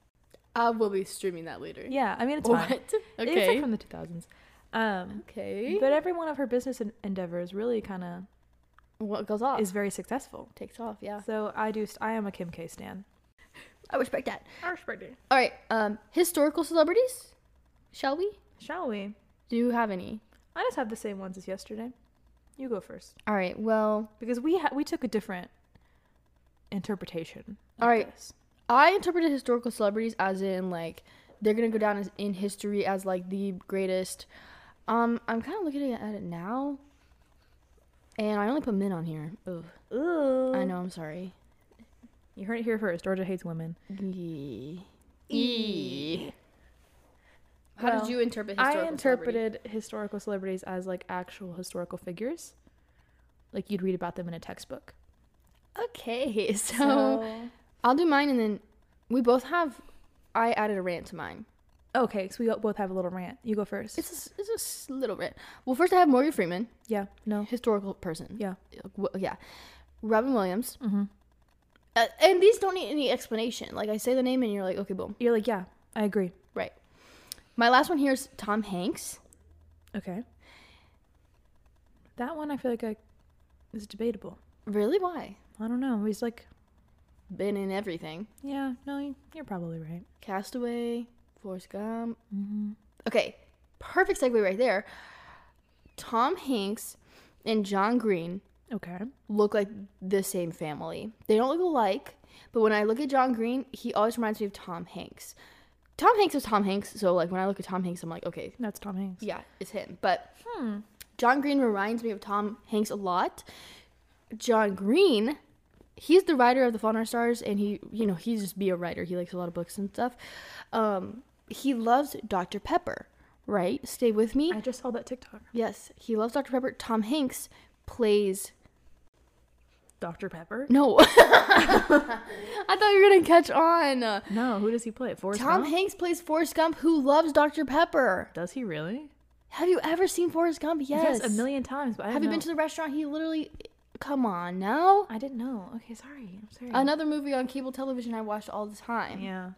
Speaker 2: I will be streaming that later.
Speaker 1: Yeah, I mean it's
Speaker 2: [laughs]
Speaker 1: fine.
Speaker 2: Eh. What?
Speaker 1: It's like
Speaker 2: Okay.
Speaker 1: from the 2000s. Um,
Speaker 2: okay.
Speaker 1: but every one of her business en- endeavors really kind of
Speaker 2: what goes off
Speaker 1: is very successful.
Speaker 2: takes off. Yeah.
Speaker 1: So I do. St- I am a Kim K stan.
Speaker 2: I respect that.
Speaker 1: I respect it.
Speaker 2: All right. Um, historical celebrities. Shall we?
Speaker 1: Shall we?
Speaker 2: Do you have any?
Speaker 1: I just have the same ones as yesterday. You go first
Speaker 2: All right. Well,
Speaker 1: because we ha- we took a different interpretation. of
Speaker 2: All right.
Speaker 1: this.
Speaker 2: I interpreted historical celebrities as in like they're gonna go down as, in history as like the greatest. Um, I'm kind of looking at it now, and I only put men on here. Ugh.
Speaker 1: Ooh.
Speaker 2: I know. I'm sorry.
Speaker 1: You heard it here first. Georgia hates women.
Speaker 2: Yee.
Speaker 1: Yee.
Speaker 2: How
Speaker 1: Well,
Speaker 2: did you interpret?
Speaker 1: I
Speaker 2: Historical
Speaker 1: interpreted historical celebrities as like actual historical figures, like you'd read about them in a textbook.
Speaker 2: celebrity? [laughs] Okay, so I'll do mine, and then we both have. I added a rant to mine.
Speaker 1: okay, so we both have a little rant. You go first.
Speaker 2: It's a, s- it's a s- little rant. Well, first I have Morgan Freeman,
Speaker 1: yeah. No.
Speaker 2: historical person.
Speaker 1: Yeah.
Speaker 2: Wh- yeah. Robin Williams,
Speaker 1: Mm-hmm.
Speaker 2: uh, and these don't need any explanation. Like I say the name, and you're like, okay, boom,
Speaker 1: You're like, yeah, I agree.
Speaker 2: right. My last one here is Tom Hanks.
Speaker 1: Okay. That one I feel like I is debatable.
Speaker 2: Really? Why?
Speaker 1: I don't know. He's like,
Speaker 2: Been in everything.
Speaker 1: yeah, no, you- you're probably right.
Speaker 2: Castaway, Forrest Gump.
Speaker 1: Mm-hmm.
Speaker 2: Okay, perfect segue right there. Tom Hanks and John Green
Speaker 1: Okay.
Speaker 2: look like the same family. They don't look alike, but when I look at John Green, he always reminds me of Tom Hanks. Tom Hanks is Tom Hanks, so like when I look at Tom Hanks, I'm like, okay,
Speaker 1: That's Tom Hanks.
Speaker 2: yeah, it's him. But
Speaker 1: Hmm.
Speaker 2: John Green reminds me of Tom Hanks a lot. John Green, he's the writer of the Fault in Our Stars, and he, you know, he's just be a writer. He likes a lot of books and stuff. Um, he loves Dr. Pepper, right? Stay with me.
Speaker 1: I just saw that TikTok.
Speaker 2: yes, he loves Dr. Pepper. Tom Hanks
Speaker 1: [laughs]
Speaker 2: plays
Speaker 1: Dr. Pepper?
Speaker 2: No. [laughs] I thought you were going to catch on.
Speaker 1: No, who does he play? Forrest
Speaker 2: Tom
Speaker 1: Gump?
Speaker 2: Hanks plays Forrest Gump, who loves Dr. Pepper.
Speaker 1: Does he really?
Speaker 2: Have you ever seen Forrest Gump? Yes.
Speaker 1: a million times. But I
Speaker 2: Have you been to the restaurant? He literally. Come on now.
Speaker 1: I didn't know. Okay, sorry. I'm sorry.
Speaker 2: Another movie on cable television I watched all the time.
Speaker 1: Yeah,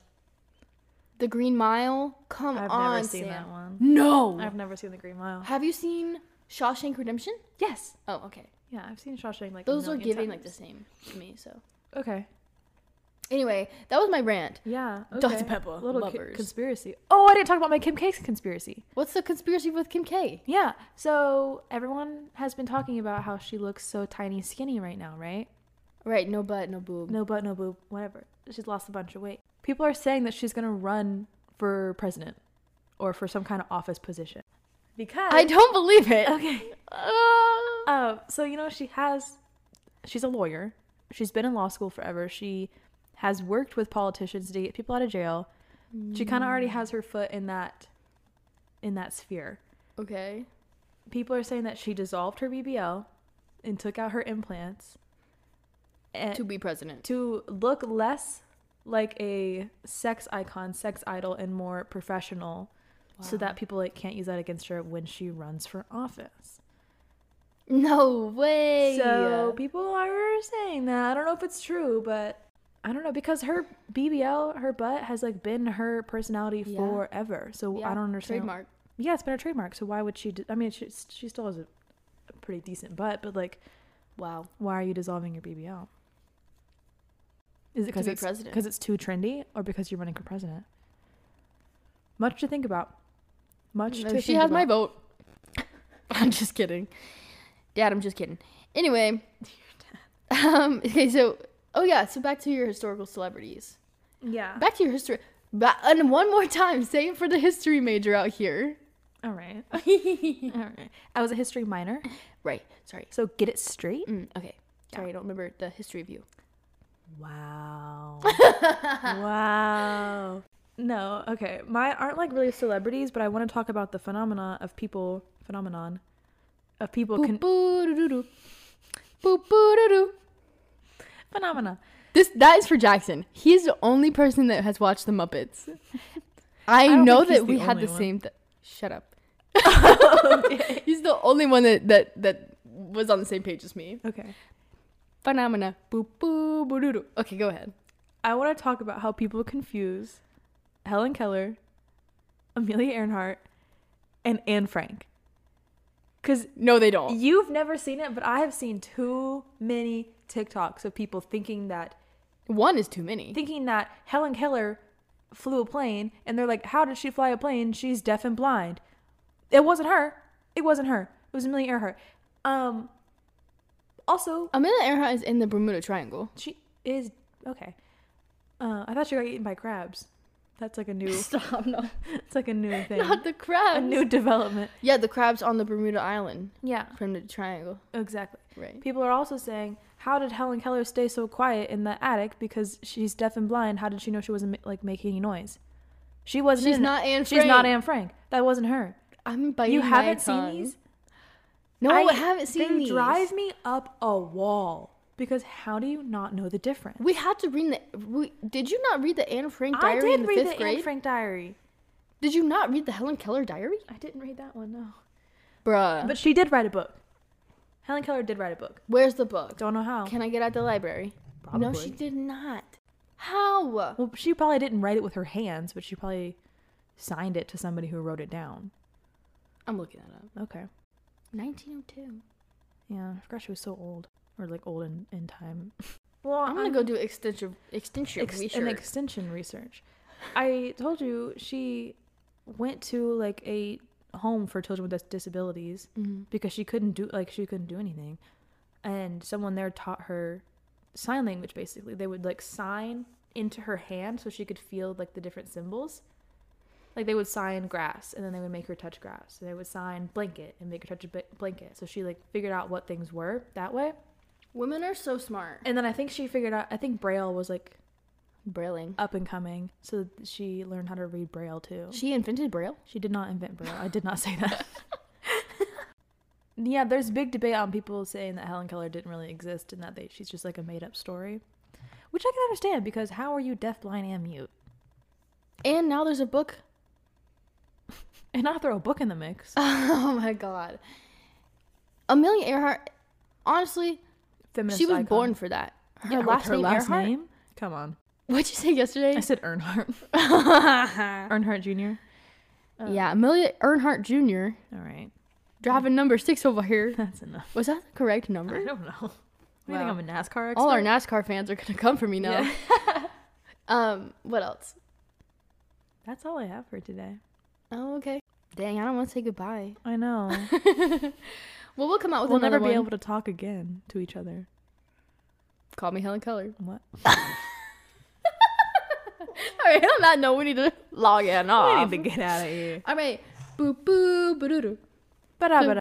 Speaker 2: The Green Mile. Come
Speaker 1: I've
Speaker 2: on,
Speaker 1: never seen
Speaker 2: Sam.
Speaker 1: that one.
Speaker 2: No.
Speaker 1: I've never seen The Green Mile.
Speaker 2: Have you seen Shawshank Redemption?
Speaker 1: Yes.
Speaker 2: Oh, okay.
Speaker 1: Yeah, I've seen Shawshank like a
Speaker 2: Those are
Speaker 1: million
Speaker 2: giving like the
Speaker 1: times.
Speaker 2: same to me. So
Speaker 1: Okay.
Speaker 2: anyway, that was my rant.
Speaker 1: Yeah. Okay.
Speaker 2: Dr. Pepper,
Speaker 1: Little co-
Speaker 2: lovers.
Speaker 1: conspiracy. Oh, I didn't talk about my Kim K conspiracy.
Speaker 2: What's the conspiracy with Kim K?
Speaker 1: Yeah. So everyone has been talking about how she looks so tiny, skinny right now, right?
Speaker 2: Right. No butt. No boob.
Speaker 1: No butt, no boob, whatever. She's lost a bunch of weight. People are saying that she's gonna run for president or for some kind of office position because
Speaker 2: I don't believe it.
Speaker 1: Okay.
Speaker 2: Uh,
Speaker 1: Um, so you know she has, she's a lawyer. She's been in law school forever. She has worked with politicians to get people out of jail. Um, She kind
Speaker 2: Mm.
Speaker 1: of already has her foot in that, in that sphere.
Speaker 2: okay.
Speaker 1: People are saying that she dissolved her BBL and took out her implants and
Speaker 2: To
Speaker 1: to,
Speaker 2: be president.
Speaker 1: look less like a sex icon, sex idol, and more professional, so that people like can't use that against her when she runs for office.
Speaker 2: No way.
Speaker 1: So people are saying that. I don't know if it's true, but I don't know because her BBL, her butt has like been her personality
Speaker 2: Yeah.
Speaker 1: forever. So I don't understand.
Speaker 2: Trademark.
Speaker 1: Yeah, it's been her trademark. So why would she? d I I mean, she she still has a, a pretty decent butt, but like,
Speaker 2: Wow.
Speaker 1: why are you dissolving your BBL? Is it because
Speaker 2: be
Speaker 1: it's
Speaker 2: president.
Speaker 1: because it's too trendy, or because you're running for president? Much to think about. Much.
Speaker 2: No,
Speaker 1: to
Speaker 2: she
Speaker 1: think
Speaker 2: has my
Speaker 1: about.
Speaker 2: vote. [laughs] I'm just kidding. Dad, I'm just kidding. Anyway. Um, okay, so oh yeah, so back to your historical celebrities.
Speaker 1: Yeah.
Speaker 2: Back to your history. Ba- and one more time, say it for the history major out here.
Speaker 1: All
Speaker 2: [laughs]
Speaker 1: right. All right. I was a history minor,
Speaker 2: Right. Sorry.
Speaker 1: so get it straight.
Speaker 2: Mm, okay. Sorry, I don't remember the history of you.
Speaker 1: Wow. wow. No, okay. Mine aren't like really celebrities, but I want to talk about the phenomena of people phenomenon of people
Speaker 2: Boop
Speaker 1: con-
Speaker 2: boo doo doo doo. Boop boo doo doo.
Speaker 1: phenomena.
Speaker 2: This that is for Jackson. He is the only person that has watched
Speaker 1: [laughs]
Speaker 2: the Muppets. I,
Speaker 1: don't
Speaker 2: know
Speaker 1: think he's
Speaker 2: that
Speaker 1: the
Speaker 2: we had
Speaker 1: only
Speaker 2: the
Speaker 1: one.
Speaker 2: same. Th-
Speaker 1: [laughs]
Speaker 2: Shut up. [laughs] He's the only one that that that was on the same page as me.
Speaker 1: Okay.
Speaker 2: Phenomena. Boop boo boo doo doo. Okay, go ahead.
Speaker 1: I want to talk about how people confuse Helen Keller, Amelia Earhart, and Anne Frank. Cuz
Speaker 2: No, they don't.
Speaker 1: you've never seen it, but I have seen too many TikToks of people thinking that
Speaker 2: One is too many.
Speaker 1: thinking that Helen Keller flew a plane and they're like, How did she fly a plane? She's deaf and blind. It wasn't her. It wasn't her. It was Amelia Earhart. Um also
Speaker 2: Amelia Earhart is in the Bermuda Triangle.
Speaker 1: she is okay. Uh I thought she got eaten by crabs. That's like a new
Speaker 2: [laughs] Stop, no.
Speaker 1: [laughs] it's like a new thing.
Speaker 2: [laughs] Not the
Speaker 1: a
Speaker 2: crabs.
Speaker 1: new development.
Speaker 2: yeah, the crabs on the Bermuda Island.
Speaker 1: Yeah.
Speaker 2: Bermuda Triangle.
Speaker 1: Exactly.
Speaker 2: Right.
Speaker 1: People are also saying, How did Helen Keller stay so quiet in the attic? Because she's deaf and blind. How did she know she wasn't like making any noise? She wasn't
Speaker 2: She's
Speaker 1: in it.
Speaker 2: not Anne
Speaker 1: She's not
Speaker 2: Frank.
Speaker 1: Anne Frank. That wasn't her.
Speaker 2: I'm biting
Speaker 1: you
Speaker 2: my
Speaker 1: haven't
Speaker 2: tongue.
Speaker 1: seen these?
Speaker 2: No, I, haven't seen
Speaker 1: they
Speaker 2: these.
Speaker 1: drive me up a wall because how do you not know the difference?
Speaker 2: We had to read the. We, did you not read the Anne Frank
Speaker 1: I
Speaker 2: diary in
Speaker 1: did
Speaker 2: the
Speaker 1: read
Speaker 2: fifth
Speaker 1: the
Speaker 2: grade?
Speaker 1: Anne Frank diary.
Speaker 2: did you not read the Helen Keller diary?
Speaker 1: I didn't read that one, no.
Speaker 2: Bruh.
Speaker 1: But she did write a book. Helen Keller did write a book.
Speaker 2: Where's the book?
Speaker 1: Don't know how.
Speaker 2: Can I get at the library? No,
Speaker 1: Probably.
Speaker 2: she did not. How?
Speaker 1: well, she probably didn't write it with her hands, but she probably signed it to somebody who wrote it down.
Speaker 2: I'm looking that up.
Speaker 1: Okay.
Speaker 2: 1902.
Speaker 1: Yeah, I forgot she was so old. Or like old in, in time. Well,
Speaker 2: I'm [laughs] gonna go do extensive extensive
Speaker 1: ex-
Speaker 2: research.
Speaker 1: an extension research. I told you she went to like a home for children with dis- disabilities
Speaker 2: Mm-hmm.
Speaker 1: because she couldn't do like she couldn't do anything, and someone there taught her sign language. Basically, they would like sign into her hand so she could feel like the different symbols. Like they would sign grass, and then they would make her touch grass. And they would sign blanket and make her touch a bi- blanket. So she like figured out what things were that way.
Speaker 2: Women are so smart.
Speaker 1: And then I think she figured out. I think Braille was like
Speaker 2: Brailing.
Speaker 1: up and coming, so that she learned how to read Braille too.
Speaker 2: She invented Braille.
Speaker 1: She did not invent Braille. I did not say
Speaker 2: [laughs]
Speaker 1: that. [laughs] yeah, there's big debate on people saying that Helen Keller didn't really exist and that they, she's just like a made up story, which I can understand because how are you deaf, blind, and mute?
Speaker 2: And now there's a book. [laughs]
Speaker 1: And I throw a book in the mix.
Speaker 2: Oh my god. Amelia Earhart. Honestly,
Speaker 1: Feminist
Speaker 2: she was
Speaker 1: icon.
Speaker 2: born for that. Her
Speaker 1: Yeah, with
Speaker 2: last
Speaker 1: her
Speaker 2: name
Speaker 1: last
Speaker 2: Earhart.
Speaker 1: name? Come on.
Speaker 2: What'd you say
Speaker 1: I
Speaker 2: yesterday?
Speaker 1: said
Speaker 2: [laughs]
Speaker 1: Earnhardt. Earnhardt Jr.
Speaker 2: yeah, Amelia Earnhardt Jr.
Speaker 1: All right, [laughs]
Speaker 2: driving number six over here.
Speaker 1: that's enough.
Speaker 2: Was that the correct number?
Speaker 1: I don't know. What do you
Speaker 2: Wow.
Speaker 1: think I'm a NASCAR expert?
Speaker 2: All our NASCAR fans are gonna come for me now.
Speaker 1: Yeah.
Speaker 2: [laughs] um, what else?
Speaker 1: That's all I have for today.
Speaker 2: Oh, okay. Dang, I don't want to say goodbye.
Speaker 1: I
Speaker 2: [laughs]
Speaker 1: know.
Speaker 2: Well, we'll come out with
Speaker 1: we'll
Speaker 2: another
Speaker 1: never be
Speaker 2: one.
Speaker 1: able to talk again to each other.
Speaker 2: Call me Helen Keller.
Speaker 1: What?
Speaker 2: [laughs] All right, on that note, we need to log in off.
Speaker 1: get out of here.
Speaker 2: [laughs] All right, boop boop boop. uh,
Speaker 1: Ba-da-ba-da.